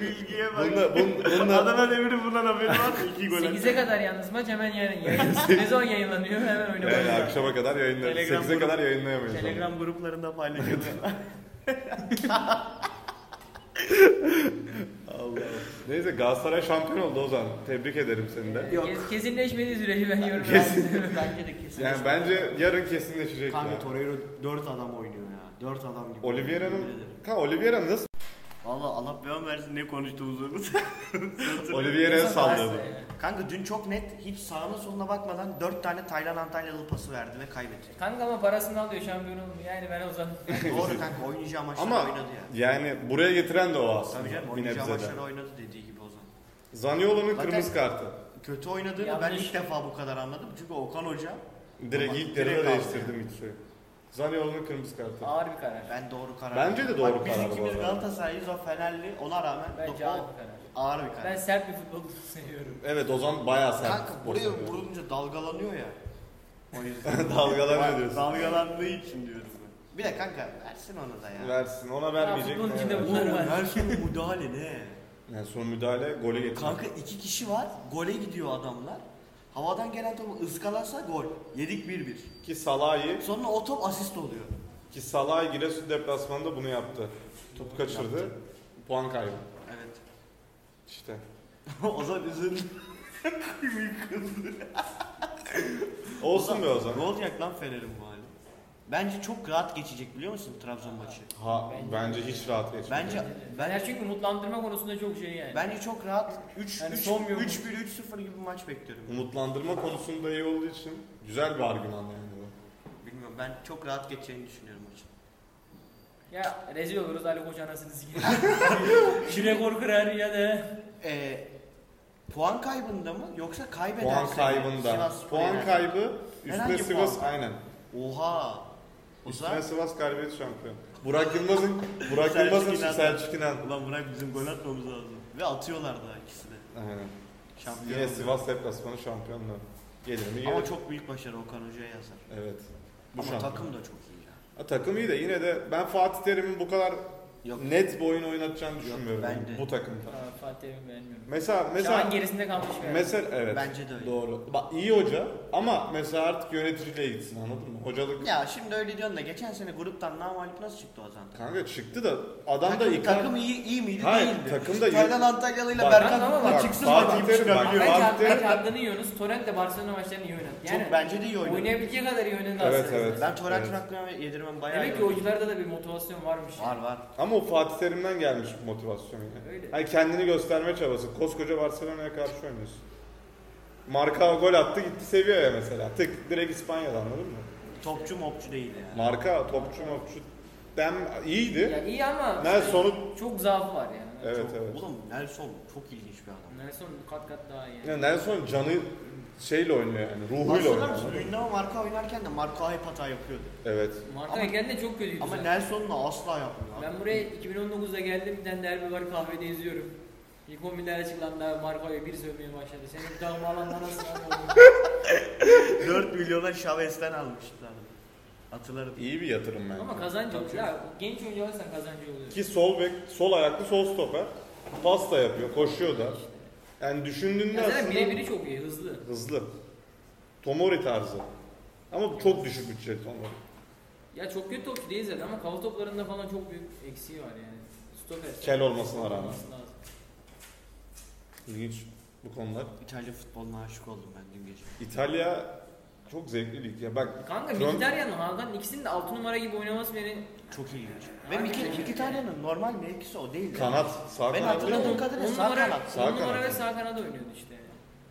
[SPEAKER 2] Bilgiye bak.
[SPEAKER 4] Bunda, bun- bunda,
[SPEAKER 2] Adana Demir'in bundan haberi var mı? 2 gol.
[SPEAKER 3] 8'e kadar yalnız maç hemen yarın yayınlanıyor. ne zaman yayınlanıyor hemen öyle
[SPEAKER 4] yani
[SPEAKER 3] başlıyor.
[SPEAKER 4] akşama kadar yayınlarız.
[SPEAKER 2] Telegram
[SPEAKER 4] 8'e
[SPEAKER 2] grubu-
[SPEAKER 4] kadar yayınlayamayız. onu.
[SPEAKER 2] Telegram gruplarında paylaşıyorlar.
[SPEAKER 4] Neyse Galatasaray şampiyon oldu Ozan. Tebrik ederim seni de.
[SPEAKER 3] Kes- kesinleşmediği sürece ben yorum
[SPEAKER 4] Kesin-
[SPEAKER 3] yapmıyorum. Bence de kesin.
[SPEAKER 4] Yani bence yarın kesinleşecek.
[SPEAKER 2] Kanka
[SPEAKER 4] ya.
[SPEAKER 2] Torreira 4 adam oynuyor ya. 4 adam gibi.
[SPEAKER 4] Oliveira'nın... Kanka Oliveira nasıl?
[SPEAKER 2] Valla Allah beyan versin ne konuştuğumuzu.
[SPEAKER 4] Oliveira'ya sallıyordu.
[SPEAKER 3] Varsa yani.
[SPEAKER 2] Kanka dün çok net hiç sağına soluna bakmadan 4 tane Taylan Antalyalı pası verdi ve kaybetti.
[SPEAKER 3] Kanka ama parasını alıyor şampiyon olmuyor. Yani ben o zaman
[SPEAKER 2] Doğru kanka oynayacağı maçları
[SPEAKER 4] Ama
[SPEAKER 2] oynadı ya.
[SPEAKER 4] yani buraya getiren de o aslında.
[SPEAKER 2] Tabii canım
[SPEAKER 4] bir
[SPEAKER 2] oynayacağı
[SPEAKER 4] nebzede.
[SPEAKER 2] maçları oynadı dediği gibi o zaman.
[SPEAKER 4] Zaniolo'nun
[SPEAKER 2] Zaten-
[SPEAKER 4] kırmızı kartı.
[SPEAKER 2] Kötü oynadığını
[SPEAKER 3] Yanlış.
[SPEAKER 2] ben ilk defa bu kadar anladım. Çünkü Okan Hoca
[SPEAKER 4] Direkt
[SPEAKER 2] Ama
[SPEAKER 4] ilk
[SPEAKER 2] direkt
[SPEAKER 4] yarıda
[SPEAKER 2] aldı
[SPEAKER 4] değiştirdim ilk suyu. Zaniolo'nun kırmızı kartı.
[SPEAKER 3] ağır bir karar.
[SPEAKER 2] ben doğru karar
[SPEAKER 4] Bence
[SPEAKER 2] verdim.
[SPEAKER 4] de doğru
[SPEAKER 2] Bak,
[SPEAKER 4] karar bu
[SPEAKER 2] Biz ikimiz
[SPEAKER 4] arada.
[SPEAKER 2] Galatasaraylıyız o Fenerli ona rağmen
[SPEAKER 3] Bence
[SPEAKER 2] o-
[SPEAKER 3] ağır bir karar.
[SPEAKER 2] ağır bir karar.
[SPEAKER 3] Ben sert bir futbol seviyorum.
[SPEAKER 4] Evet Ozan bayağı sert.
[SPEAKER 2] Kanka
[SPEAKER 4] futbol
[SPEAKER 2] buraya
[SPEAKER 4] seviyor.
[SPEAKER 2] vurulunca dalgalanıyor ya. O yüzden.
[SPEAKER 4] Dalgalanıyor diyorsun.
[SPEAKER 2] Dalgalandığı için diyorum ben. Bir de kanka versin onu da ya.
[SPEAKER 4] Versin ona vermeyecek.
[SPEAKER 3] futbolun
[SPEAKER 4] ne
[SPEAKER 3] içinde
[SPEAKER 4] var?
[SPEAKER 3] bu- Ver, ver.
[SPEAKER 2] her şey müdahale ne?
[SPEAKER 4] Yani son müdahale golü getirdi.
[SPEAKER 2] Kanka iki kişi var, gole gidiyor adamlar. Havadan gelen topu ıskalasa gol. Yedik 1-1.
[SPEAKER 4] Ki Salah'ı
[SPEAKER 2] Sonra o top asist oluyor.
[SPEAKER 4] ki Salah Giresun deplasmanında bunu yaptı. Top kaçırdı.
[SPEAKER 2] Yaptı.
[SPEAKER 4] Puan kaybı.
[SPEAKER 2] Evet.
[SPEAKER 4] İşte.
[SPEAKER 2] o zaman üzüldü.
[SPEAKER 4] Olsun be Ozan.
[SPEAKER 2] Ne olacak lan Fener'in bu hali? Bence çok rahat geçecek biliyor musun Trabzon maçı?
[SPEAKER 4] Ha bence hiç rahat geçmedi.
[SPEAKER 2] Bence
[SPEAKER 3] Ben
[SPEAKER 2] ben
[SPEAKER 3] çünkü umutlandırma konusunda çok şey yani.
[SPEAKER 2] bence çok rahat 3
[SPEAKER 3] Yani
[SPEAKER 2] 3
[SPEAKER 3] son bir
[SPEAKER 2] 3 1 3 0 gibi bir maç bekliyorum.
[SPEAKER 4] umutlandırma konusunda iyi olduğu için güzel bir argüman yani bu.
[SPEAKER 2] Bilmiyorum ben çok rahat geçeceğini düşünüyorum maçın.
[SPEAKER 3] Ya rezil oluruz Ali Koç anasını sikir. Şirekor kırar ya da.
[SPEAKER 2] Ee, puan kaybında mı yoksa kaybederse
[SPEAKER 4] Puan
[SPEAKER 2] mi?
[SPEAKER 4] kaybında.
[SPEAKER 2] Sivas Spor'a
[SPEAKER 4] Puan
[SPEAKER 2] yenerse.
[SPEAKER 4] kaybı üstüne
[SPEAKER 2] Herhangi
[SPEAKER 4] Sivas
[SPEAKER 2] puan.
[SPEAKER 4] aynen.
[SPEAKER 2] Oha. O
[SPEAKER 4] Üstüne
[SPEAKER 2] zaman
[SPEAKER 4] Sivas galibiyet şampiyon. Burak Yılmaz'ın Burak
[SPEAKER 2] Selçuk İnan.
[SPEAKER 4] Yılmaz'ın Selçuk İnan.
[SPEAKER 2] ulan bırak bizim gol atmamız lazım. Ve atıyorlar da ikisi de.
[SPEAKER 4] Aynen.
[SPEAKER 2] Şampiyon.
[SPEAKER 4] Yine
[SPEAKER 2] oluyor.
[SPEAKER 4] Sivas deplasmanı şampiyonluğu. Gelir mi?
[SPEAKER 2] Ama
[SPEAKER 4] Gelir.
[SPEAKER 2] çok büyük başarı Okan Hoca'ya yazar.
[SPEAKER 4] Evet. Bu
[SPEAKER 2] Ama
[SPEAKER 4] şampiyon.
[SPEAKER 2] takım da çok iyi ya.
[SPEAKER 4] Ha, takım iyi de yine de ben Fatih Terim'in bu kadar
[SPEAKER 2] Yok.
[SPEAKER 4] net bir oyun oynatacağını
[SPEAKER 2] Yok,
[SPEAKER 4] düşünmüyorum
[SPEAKER 2] ben de.
[SPEAKER 4] bu takımda.
[SPEAKER 3] Aa, Fatih Emin beğenmiyorum. Mesela,
[SPEAKER 4] Mesela
[SPEAKER 3] Şu
[SPEAKER 4] mesela
[SPEAKER 3] an gerisinde kalmış bir adam.
[SPEAKER 4] mesela evet.
[SPEAKER 2] Bence de öyle.
[SPEAKER 4] Doğru. Bak iyi hoca ama mesela artık yöneticiliğe gitsin anladın mı? Hocalık
[SPEAKER 2] Ya şimdi öyle diyorsun da geçen sene gruptan namalip nasıl çıktı o zaman?
[SPEAKER 4] kanka çıktı da adam da
[SPEAKER 2] takım,
[SPEAKER 4] ikna
[SPEAKER 2] takım iyi, iyi miydi
[SPEAKER 4] Hayır,
[SPEAKER 2] değildi.
[SPEAKER 4] takım da iyi.
[SPEAKER 2] Taylan Antalyalı'yla
[SPEAKER 4] Bak,
[SPEAKER 2] Berkan
[SPEAKER 3] bak,
[SPEAKER 2] Akman
[SPEAKER 3] bak,
[SPEAKER 2] çıksın
[SPEAKER 4] Fatih
[SPEAKER 2] bakayım
[SPEAKER 4] Terim
[SPEAKER 2] çıkar.
[SPEAKER 4] bak,
[SPEAKER 2] Çok
[SPEAKER 4] Fatih
[SPEAKER 3] Bence,
[SPEAKER 4] Terim-
[SPEAKER 3] bence hakkını yiyorsunuz. Torrent de Barcelona maçlarını iyi oynadı. Yani
[SPEAKER 2] bence de iyi oynadı.
[SPEAKER 3] oynayabileceği kadar iyi oynadı
[SPEAKER 4] Evet,
[SPEAKER 3] aslında.
[SPEAKER 4] evet.
[SPEAKER 2] Ben Torrent'in
[SPEAKER 4] Evet.
[SPEAKER 2] hakkını yedirmem bayağı
[SPEAKER 3] Demek
[SPEAKER 2] iyi
[SPEAKER 3] ki
[SPEAKER 2] oynadı.
[SPEAKER 3] oyuncularda da bir motivasyon varmış.
[SPEAKER 2] Var var.
[SPEAKER 4] ama o Fatih Terim'den gelmiş bu motivasyon yani.
[SPEAKER 3] Öyle.
[SPEAKER 4] Hani kendini gösterme çabası. Koskoca Barcelona'ya karşı oynuyorsun. Marka gol attı gitti seviyor ya mesela. Tık direkt İspanya'da anladın mı?
[SPEAKER 2] Topçu mopçu değil yani.
[SPEAKER 4] Marka topçu mopçu dem iyiydi.
[SPEAKER 3] Ya iyi ama
[SPEAKER 4] Nelson'u
[SPEAKER 3] çok zaafı var yani.
[SPEAKER 4] evet
[SPEAKER 2] çok,
[SPEAKER 4] evet.
[SPEAKER 2] Oğlum Nelson çok ilginç bir adam.
[SPEAKER 3] Nelson kat kat daha iyi.
[SPEAKER 4] Ya Nelson canı şeyle oynuyor yani ruhuyla
[SPEAKER 2] Hatırlar
[SPEAKER 4] oynuyor.
[SPEAKER 2] mısın? Ünlem marka oynarken de marka hep hata yapıyordu.
[SPEAKER 4] Evet.
[SPEAKER 3] Marka
[SPEAKER 2] Ama-
[SPEAKER 3] Egen de çok kötüydü.
[SPEAKER 2] Ama
[SPEAKER 3] zaten.
[SPEAKER 2] Nelson'la asla yapmıyor.
[SPEAKER 3] Ben buraya 2019'da geldim. Bir tane derbi var kahvede izliyorum. İlk 11'ler açıklandı abi Marco'ya bir sövmeye başladı. Senin dağma alanına nasıl
[SPEAKER 2] 4 milyona Chavez'den almışlar. Hatırlarım.
[SPEAKER 4] İyi bir yatırım bence.
[SPEAKER 3] Ama kazancı olur. Ya genç oyuncu alırsan kazancı oluyor.
[SPEAKER 4] Ki sol bek, sol ayaklı sol stoper. Pas da yapıyor, koşuyor da. Yani düşündüğünde
[SPEAKER 3] Ya zaten
[SPEAKER 4] aslında
[SPEAKER 3] birebiri çok iyi, hızlı.
[SPEAKER 4] hızlı. Tomori tarzı. Ama çok düşük bütçeli Tomori.
[SPEAKER 3] Ya çok kötü topçu değil zaten ama kafa toplarında falan çok büyük eksiği var yani. Stoper.
[SPEAKER 4] Kel olmasına rağmen.
[SPEAKER 3] Olması lazım.
[SPEAKER 4] İlginç bu konular.
[SPEAKER 2] İtalya futboluna aşık oldum ben dün gece.
[SPEAKER 4] İtalya çok zevkli lig ya. Bak
[SPEAKER 3] Kanka
[SPEAKER 4] Trump-
[SPEAKER 3] Mkhitaryan, Hakan ikisinin de 6 numara gibi oynaması beni...
[SPEAKER 2] Çok ilginç.
[SPEAKER 3] Harbi
[SPEAKER 2] Ve Miki,
[SPEAKER 3] ilginç.
[SPEAKER 2] Mkhitaryan'ın normal mevkisi o değil.
[SPEAKER 4] kanat, sağ
[SPEAKER 2] Ben
[SPEAKER 4] kanat değil
[SPEAKER 2] hatırladım.
[SPEAKER 4] mi?
[SPEAKER 2] kadını
[SPEAKER 3] 10
[SPEAKER 2] sağ
[SPEAKER 3] numara,
[SPEAKER 2] kanat.
[SPEAKER 4] Sağ
[SPEAKER 3] on numara
[SPEAKER 4] kanat.
[SPEAKER 3] ve sağ kanada oynuyordu işte.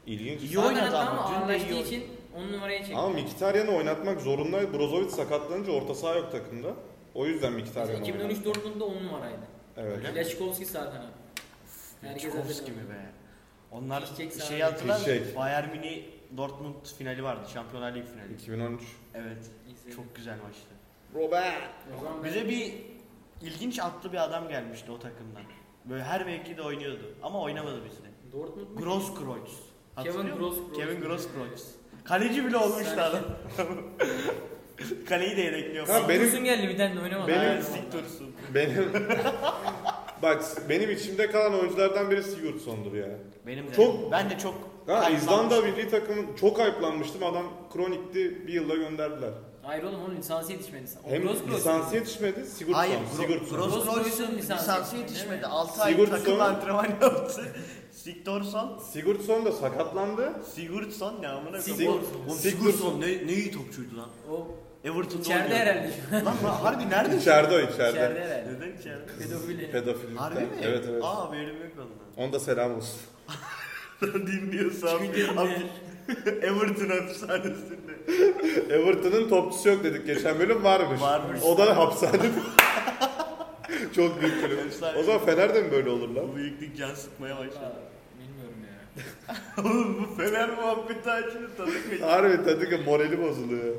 [SPEAKER 4] İlginç.
[SPEAKER 2] İyi
[SPEAKER 3] Sağ
[SPEAKER 2] oynadı
[SPEAKER 3] kanatta
[SPEAKER 2] ama dün de iyi
[SPEAKER 3] anlaştığı
[SPEAKER 2] oynadı.
[SPEAKER 3] için 10 numaraya çekti.
[SPEAKER 4] Ama Mkhitaryan'ı oynatmak zorundaydı. Brozovic sakatlanınca orta saha yok takımda. O yüzden Mkhitaryan
[SPEAKER 3] Mesela
[SPEAKER 4] oynadı.
[SPEAKER 3] 2013 Dortmund'da 10 numaraydı.
[SPEAKER 4] Evet.
[SPEAKER 2] Öyle mi?
[SPEAKER 3] Leşkovski sağ kanat. Herkes
[SPEAKER 2] Çukovski
[SPEAKER 3] hatırlıyor.
[SPEAKER 2] gibi be. Onlar
[SPEAKER 3] Fişek
[SPEAKER 2] şeyi
[SPEAKER 3] sahibi.
[SPEAKER 2] hatırlar.
[SPEAKER 4] Fişek.
[SPEAKER 2] Bayern Münih Dortmund finali vardı. Şampiyonlar Ligi finali.
[SPEAKER 4] 2013.
[SPEAKER 2] Evet.
[SPEAKER 3] İzledim.
[SPEAKER 2] Çok güzel maçtı.
[SPEAKER 4] Robert.
[SPEAKER 3] O zaman ben-
[SPEAKER 2] Bize bir ilginç atlı bir adam gelmişti o takımdan. Böyle her mevkide oynuyordu ama oynamadı bizde.
[SPEAKER 3] Dortmund mu?
[SPEAKER 2] Grosskreutz. Hatırlıyor
[SPEAKER 3] Kevin
[SPEAKER 2] musun?
[SPEAKER 3] Grosskreutz.
[SPEAKER 2] Kevin Grosskreutz. Kaleci bile olmuştu
[SPEAKER 3] Sen-
[SPEAKER 2] adam. Kaleyi de yedekliyor.
[SPEAKER 4] Ha, benim-
[SPEAKER 3] Dursun geldi bir tane de oynamadı.
[SPEAKER 4] benim-
[SPEAKER 3] Aynen.
[SPEAKER 2] Siktursun.
[SPEAKER 4] Benim Bak benim içimde kalan oyunculardan biri Sigurdsson'dur ya.
[SPEAKER 2] Benim de.
[SPEAKER 4] Çok-
[SPEAKER 2] Ben de çok.
[SPEAKER 4] Ha,
[SPEAKER 2] hayranım.
[SPEAKER 4] İzlanda milli takımı çok ayıplanmıştım. Adam kronikti bir yılda gönderdiler.
[SPEAKER 3] Hayır oğlum onun lisansı yetişmedi. O
[SPEAKER 4] Hem
[SPEAKER 3] Grosskreutz.
[SPEAKER 4] lisansı yetişmedi Sigurdsson.
[SPEAKER 2] Hayır, Gro-
[SPEAKER 4] Sigurdsson.
[SPEAKER 2] Grosskreuz'un
[SPEAKER 3] Grosskreuz'un
[SPEAKER 2] lisansı
[SPEAKER 3] lisansı
[SPEAKER 2] yetişmedi.
[SPEAKER 3] yetişmedi.
[SPEAKER 2] 6 ay
[SPEAKER 4] Sigurdsson-
[SPEAKER 2] takım antrenman yaptı. Siktorsson,
[SPEAKER 4] Sigurdsson da sakatlandı.
[SPEAKER 2] Sigurdsson ne amına
[SPEAKER 4] Sig-
[SPEAKER 2] koyayım. Oğlum
[SPEAKER 4] Sigurdsson.
[SPEAKER 2] Sigurdsson ne, ne iyi topçuydu lan.
[SPEAKER 3] O
[SPEAKER 2] Everton'da
[SPEAKER 3] içeride
[SPEAKER 2] oynuyordu.
[SPEAKER 3] herhalde şu an.
[SPEAKER 2] Lan lan harbi nerede?
[SPEAKER 4] İçeride o içeride.
[SPEAKER 3] İçeride herhalde.
[SPEAKER 2] Neden içeride?
[SPEAKER 3] Pedofili.
[SPEAKER 4] Pedofillikten.
[SPEAKER 2] Harbi mi?
[SPEAKER 4] Evet evet.
[SPEAKER 2] Aa benim yok ondan.
[SPEAKER 4] Onda selam olsun.
[SPEAKER 2] Dinliyorsam
[SPEAKER 3] Çünkü
[SPEAKER 2] abi, Everton hapishanesinde.
[SPEAKER 4] Everton'ın topçusu yok dedik geçen bölüm varmış.
[SPEAKER 2] Varmış.
[SPEAKER 4] O da hapishanede. Çok büyük kulüp.
[SPEAKER 2] Efsane.
[SPEAKER 4] O zaman Fener de mi böyle olur lan?
[SPEAKER 2] Bu bıyıklık can sıkmaya başladı.
[SPEAKER 3] Bilmiyorum ya.
[SPEAKER 2] Oğlum bu Fener muhabbeti açını tadık mı?
[SPEAKER 4] Harbi tadı ki morali bozuluyor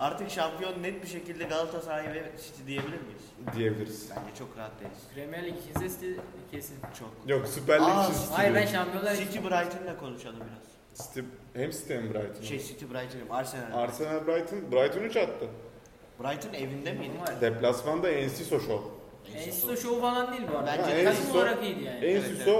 [SPEAKER 2] Artık şampiyon net bir şekilde Galatasaray ve City diyebilir miyiz?
[SPEAKER 4] diyebiliriz.
[SPEAKER 2] Bence çok rahat değiliz.
[SPEAKER 3] Premier Lig izlesi kesin.
[SPEAKER 2] Çok.
[SPEAKER 4] Yok Süper Lig
[SPEAKER 2] Aa, şey-
[SPEAKER 4] için
[SPEAKER 3] Hayır ben
[SPEAKER 4] City.
[SPEAKER 3] şampiyonlar
[SPEAKER 2] City Brighton'la konuşalım biraz.
[SPEAKER 4] City- Hem City hem Brighton.
[SPEAKER 2] Şey City Brighton'ım Arsenal.
[SPEAKER 4] Arsenal Brighton, Brighton 3 attı.
[SPEAKER 2] Brighton evinde miydi?
[SPEAKER 3] Normal.
[SPEAKER 4] Deplasmanda Enciso şov.
[SPEAKER 3] Ensisto show falan değil bu arada.
[SPEAKER 2] Bence
[SPEAKER 3] Bence
[SPEAKER 4] Ensisto-
[SPEAKER 3] takım olarak iyiydi yani.
[SPEAKER 2] En-
[SPEAKER 4] Enciso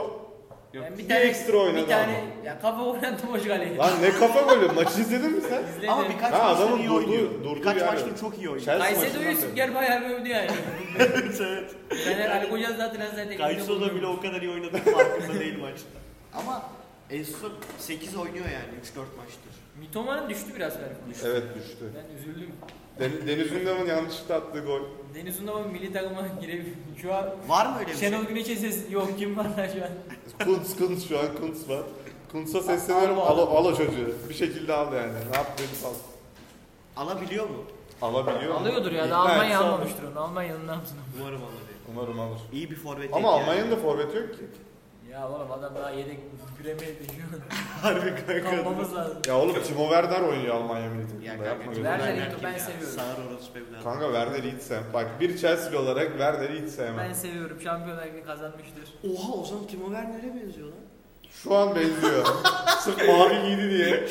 [SPEAKER 2] Yok.
[SPEAKER 3] Yani
[SPEAKER 4] bir ekstra oynadı
[SPEAKER 3] Bir tane ya kafa oynadı boş kaleye.
[SPEAKER 4] lan ne kafa golü maçı izledin mi sen?
[SPEAKER 3] İzledim.
[SPEAKER 2] Ama birkaç
[SPEAKER 4] Ha,
[SPEAKER 2] maçta
[SPEAKER 4] adamın
[SPEAKER 2] iyi
[SPEAKER 4] durduğu-
[SPEAKER 2] oynuyor.
[SPEAKER 4] durduğu
[SPEAKER 2] Birkaç
[SPEAKER 4] yer
[SPEAKER 2] maçta
[SPEAKER 4] yok.
[SPEAKER 2] çok iyi oynuyor.
[SPEAKER 4] Chelsea
[SPEAKER 3] Kaysedo'yu
[SPEAKER 4] maçından beri.
[SPEAKER 3] sünger bayağı bir övdü yani.
[SPEAKER 2] evet evet.
[SPEAKER 3] Fener Ali Koca zaten az zaten.
[SPEAKER 2] Kaysoda bile o kadar iyi oynadı farkında değil maçta. Ama Enstitü 8 oynuyor yani 3-4 maçtır.
[SPEAKER 3] Mitoman'ın düştü biraz performansı.
[SPEAKER 4] Evet düştü.
[SPEAKER 3] Ben üzüldüm.
[SPEAKER 4] Den- Deniz Ünlem'in yanlışlıkla attığı gol.
[SPEAKER 3] Deniz Ünlü'nün milli takıma giremiyor. Şu an
[SPEAKER 2] Var mı öyle bir şey?
[SPEAKER 3] Şenol Güneş'e ses yok kim var lan şu an.
[SPEAKER 4] Kuntz Kuntz şu an Kuntz var. Kuntz'a sesleniyorum
[SPEAKER 3] Al, al.
[SPEAKER 4] al, o- al o çocuğu. Bir şekilde al yani. Ne yaptığını al.
[SPEAKER 2] Alabiliyor mu?
[SPEAKER 4] Alabiliyor mu?
[SPEAKER 3] Alıyordur ya da
[SPEAKER 4] İkna etse
[SPEAKER 3] Almanya
[SPEAKER 4] alır.
[SPEAKER 3] almamıştır onu. Almanya'nın ne yapsın?
[SPEAKER 2] Umarım alabilir.
[SPEAKER 4] Umarım alır.
[SPEAKER 2] İyi bir forvet
[SPEAKER 4] Ama
[SPEAKER 2] ek yani.
[SPEAKER 4] Almanya'nın da forveti yok ki.
[SPEAKER 3] Ya oğlum adam daha yedek büremeydi şu
[SPEAKER 2] harbi
[SPEAKER 3] an.
[SPEAKER 2] kanka.
[SPEAKER 3] Kalmamız lazım.
[SPEAKER 4] Ya oğlum Timo Werner oynuyor Almanya milli
[SPEAKER 2] Ya
[SPEAKER 4] takımında.
[SPEAKER 2] kanka
[SPEAKER 4] Yapma
[SPEAKER 2] çok
[SPEAKER 4] gözünü.
[SPEAKER 3] Werner-
[SPEAKER 2] erken
[SPEAKER 3] ben
[SPEAKER 2] ya.
[SPEAKER 3] seviyorum.
[SPEAKER 2] Sağır orası be biraz.
[SPEAKER 4] Kanka Werner'i hiç sevmem. Bak bir Chelsea'li olarak Werner'i hiç sevmem.
[SPEAKER 3] Ben seviyorum. Şampiyonlar Ligi kazanmıştır.
[SPEAKER 2] Oha o zaman Timo Werner'e benziyor lan.
[SPEAKER 4] Şu an benziyor. Sırf mavi giydi diye.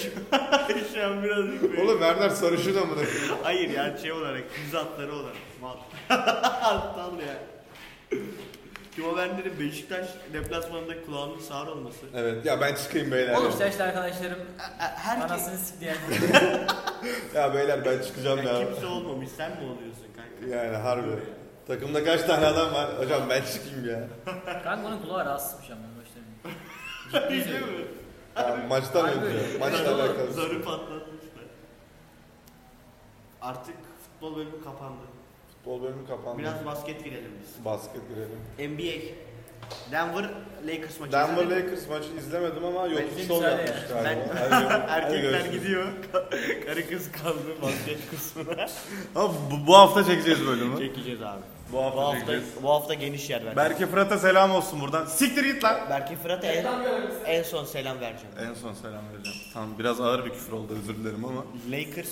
[SPEAKER 2] Şu an birazcık böyle.
[SPEAKER 4] Oğlum Werner sarışın amına.
[SPEAKER 2] Hayır yani şey olarak yüz hatları olarak. Mal. Aptal ya. Timo Werner'in Beşiktaş deplasmanında kulağının sağır olması.
[SPEAKER 4] Evet ya ben çıkayım beyler.
[SPEAKER 3] Oğlum saçlı arkadaşlarım
[SPEAKER 2] Herkes
[SPEAKER 3] anasını sikti yani.
[SPEAKER 4] Ya beyler ben çıkacağım ya.
[SPEAKER 2] kimse olmamış sen mi oluyorsun kanka?
[SPEAKER 4] Yani harbi. Takımda kaç tane adam var? Hocam ben çıkayım ya.
[SPEAKER 3] Kanka onun kulağı rahatsızmış ama başlarım.
[SPEAKER 2] Değil mi?
[SPEAKER 4] Ya maçtan
[SPEAKER 3] Harbi.
[SPEAKER 4] önce.
[SPEAKER 3] Harbi.
[SPEAKER 4] Maçla alakalı.
[SPEAKER 2] Zarı patlatmışlar. Artık futbol bölümü kapandı.
[SPEAKER 4] Futbol bölümü kapandı.
[SPEAKER 2] Biraz basket girelim biz.
[SPEAKER 4] basket girelim.
[SPEAKER 2] NBA. Denver Lakers maçı.
[SPEAKER 4] Denver
[SPEAKER 2] izledin mi?
[SPEAKER 4] Lakers maçı izlemedim ama yok
[SPEAKER 2] Ben
[SPEAKER 4] şov
[SPEAKER 3] müsaade
[SPEAKER 4] yapmış
[SPEAKER 3] ya.
[SPEAKER 4] galiba.
[SPEAKER 2] Ben-
[SPEAKER 4] Hadi gör- hadi
[SPEAKER 2] Erkekler
[SPEAKER 4] görüşürüz.
[SPEAKER 2] gidiyor. Karı kız kaldı basket kısmına.
[SPEAKER 1] Abi bu, bu hafta çekeceğiz bölümü.
[SPEAKER 2] Çekeceğiz abi.
[SPEAKER 1] bu
[SPEAKER 2] Bu hafta, bu hafta geniş yer ver.
[SPEAKER 1] Berke Fırat'a selam olsun buradan. Siktir git lan.
[SPEAKER 2] Berke Fırat'a en, en son selam vereceğim.
[SPEAKER 1] En son selam vereceğim. Tamam biraz ağır bir küfür oldu özür dilerim ama.
[SPEAKER 2] Lakers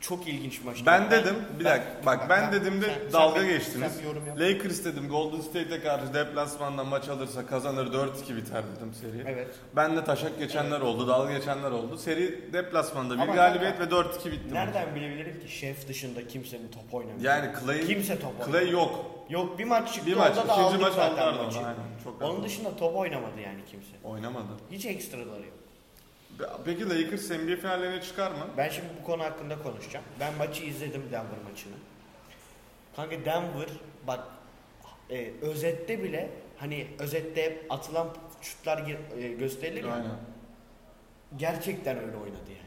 [SPEAKER 2] çok ilginç bir maç.
[SPEAKER 4] Ben dedim, bir dakika bak ben dedim de
[SPEAKER 2] sen-
[SPEAKER 4] dalga
[SPEAKER 2] sen bir-
[SPEAKER 4] geçtiniz.
[SPEAKER 2] sen bir yorum yap.
[SPEAKER 4] Lakers dedim Golden State'e karşı deplasmandan maç alırsa kazanır 4-2 biter dedim seriye.
[SPEAKER 2] Evet.
[SPEAKER 4] Ben de taşak geçenler oldu, dalga geçenler oldu. Seri deplasmanda bir
[SPEAKER 2] Ama
[SPEAKER 4] galibiyet ve 4-2 bitti. maç.
[SPEAKER 2] Nereden bilebilirim ki şef dışında kimsenin top oynamıyor.
[SPEAKER 4] Yani Clay,
[SPEAKER 2] kimse top oynamıyor.
[SPEAKER 4] Clay yok.
[SPEAKER 2] Yok bir maç çıktı
[SPEAKER 4] Bir maç,
[SPEAKER 2] orada da
[SPEAKER 4] ikinci
[SPEAKER 2] aldık
[SPEAKER 4] maç
[SPEAKER 2] zaten
[SPEAKER 4] aldılar
[SPEAKER 2] maçı.
[SPEAKER 4] onu. Aynen, çok
[SPEAKER 2] Onun
[SPEAKER 4] Onun
[SPEAKER 2] dışında top oynamadı yani kimse.
[SPEAKER 4] Oynamadı.
[SPEAKER 2] Hiç ekstraları yok.
[SPEAKER 4] Be- Peki Lakers NBA finallerine çıkar mı?
[SPEAKER 2] Ben şimdi bu konu hakkında konuşacağım. Ben maçı izledim Denver maçını. Kanka Denver bak e, özette bile hani özette hep atılan şutlar gir- e, gösterilir ya.
[SPEAKER 4] Aynen.
[SPEAKER 2] Gerçekten öyle oynadı yani.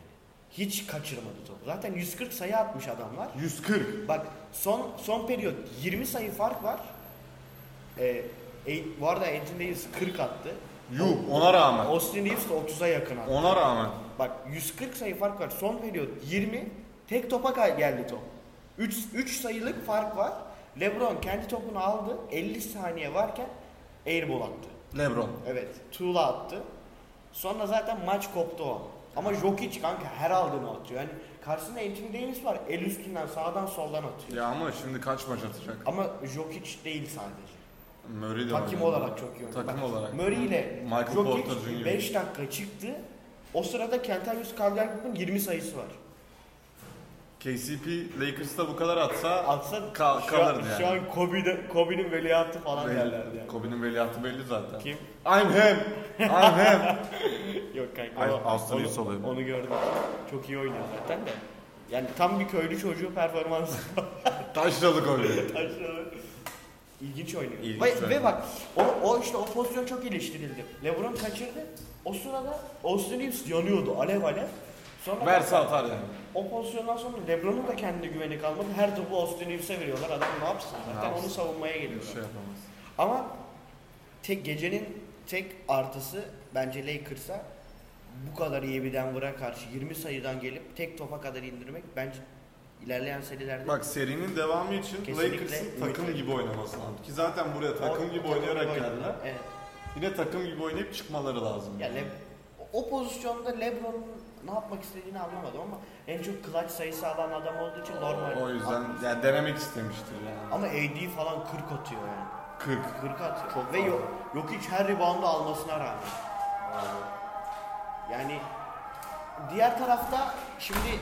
[SPEAKER 2] Hiç kaçırmadı topu. Zaten 140 sayı atmış adamlar.
[SPEAKER 4] 140.
[SPEAKER 2] Bak son son periyot 20 sayı fark var. Ee, e- bu arada Anthony Davis 40 attı.
[SPEAKER 4] Yuh ona rağmen.
[SPEAKER 2] Austin Reeves de 30'a yakın attı.
[SPEAKER 4] Ona rağmen.
[SPEAKER 2] Bak 140 sayı fark var. Son periyot 20. Tek topa kay- geldi top. 3 3 sayılık fark var. LeBron kendi topunu aldı. 50 saniye varken airball attı.
[SPEAKER 4] Lebron.
[SPEAKER 2] Evet, tuğla attı. Sonra zaten maç koptu o. Ama Jokic kanka her aldığını atıyor. Yani karşısında Anthony Davis var. El üstünden sağdan soldan atıyor.
[SPEAKER 4] Ya ama şimdi kaç maç atacak?
[SPEAKER 2] Ama Jokic değil sadece.
[SPEAKER 4] Murray de
[SPEAKER 2] Takım
[SPEAKER 4] oynadı.
[SPEAKER 2] olarak çok iyi oynadı.
[SPEAKER 4] Takım
[SPEAKER 2] Bak,
[SPEAKER 4] olarak.
[SPEAKER 2] Murray ile
[SPEAKER 4] Michael Porter
[SPEAKER 2] Jokic
[SPEAKER 4] Jr.
[SPEAKER 2] 5 dakika çıktı. O sırada Kentavius Caldwell-Pope'un 20 sayısı var.
[SPEAKER 4] KCP Lakers'ta bu kadar atsa
[SPEAKER 2] Atsa
[SPEAKER 4] Ka-
[SPEAKER 2] şu
[SPEAKER 4] kalırdı
[SPEAKER 2] an,
[SPEAKER 4] yani.
[SPEAKER 2] Şu an Kobe'de, Kobe'nin veliahtı falan derlerdi yani.
[SPEAKER 4] Kobe'nin veliahtı belli zaten.
[SPEAKER 2] Kim?
[SPEAKER 4] I'm him. I'm him.
[SPEAKER 2] Yok kanka.
[SPEAKER 4] Ay,
[SPEAKER 2] o-
[SPEAKER 4] Austin Reeves
[SPEAKER 2] onu,
[SPEAKER 4] oluyor.
[SPEAKER 2] onu gördüm. Çok iyi oynuyor zaten de. Yani tam bir köylü çocuğu performansı var.
[SPEAKER 4] Taşralı Kobe.
[SPEAKER 2] Aşağı. İlginç oynuyor.
[SPEAKER 4] İlginç
[SPEAKER 2] ve,
[SPEAKER 4] oynuyor.
[SPEAKER 2] ve bak o, o işte o pozisyon çok eleştirildi. LeBron kaçırdı. O sırada Austin Reeves yanıyordu alev alev. Sonra
[SPEAKER 4] Verse atar yani.
[SPEAKER 2] O pozisyondan sonra LeBron'un da kendine güveni kalmadı. Her topu Austin Reeves'e veriyorlar. Adam ne yapsın?
[SPEAKER 4] Ne
[SPEAKER 2] Zaten
[SPEAKER 4] yapsın?
[SPEAKER 2] onu savunmaya
[SPEAKER 4] Bir
[SPEAKER 2] geliyorlar.
[SPEAKER 4] şey yapamaz.
[SPEAKER 2] Ama tek gecenin tek artısı bence Lakers'a bu kadar iyi bir Denver'a karşı 20 sayıdan gelip tek topa kadar indirmek bence ilerleyen serilerde
[SPEAKER 4] Bak serinin devamı için
[SPEAKER 2] Kesinlikle
[SPEAKER 4] Lakers'ın
[SPEAKER 2] ümit
[SPEAKER 4] takım
[SPEAKER 2] ediyorum.
[SPEAKER 4] gibi oynaması lazım. Ki zaten buraya
[SPEAKER 2] O-
[SPEAKER 4] takım gibi oynayarak geldiler.
[SPEAKER 2] Evet.
[SPEAKER 4] Yine takım gibi oynayıp çıkmaları lazım.
[SPEAKER 2] Ya Le- o pozisyonda LeBron'un ne yapmak istediğini anlamadım ama en çok clutch sayısı alan adam olduğu için normal.
[SPEAKER 4] O yüzden yani denemek istemiştir yani.
[SPEAKER 2] ama AD falan 40 atıyor yani.
[SPEAKER 4] 40.
[SPEAKER 2] 40 atıyor. Ve yok, yok hiç her reboundu almasına rağmen. Yani diğer tarafta şimdi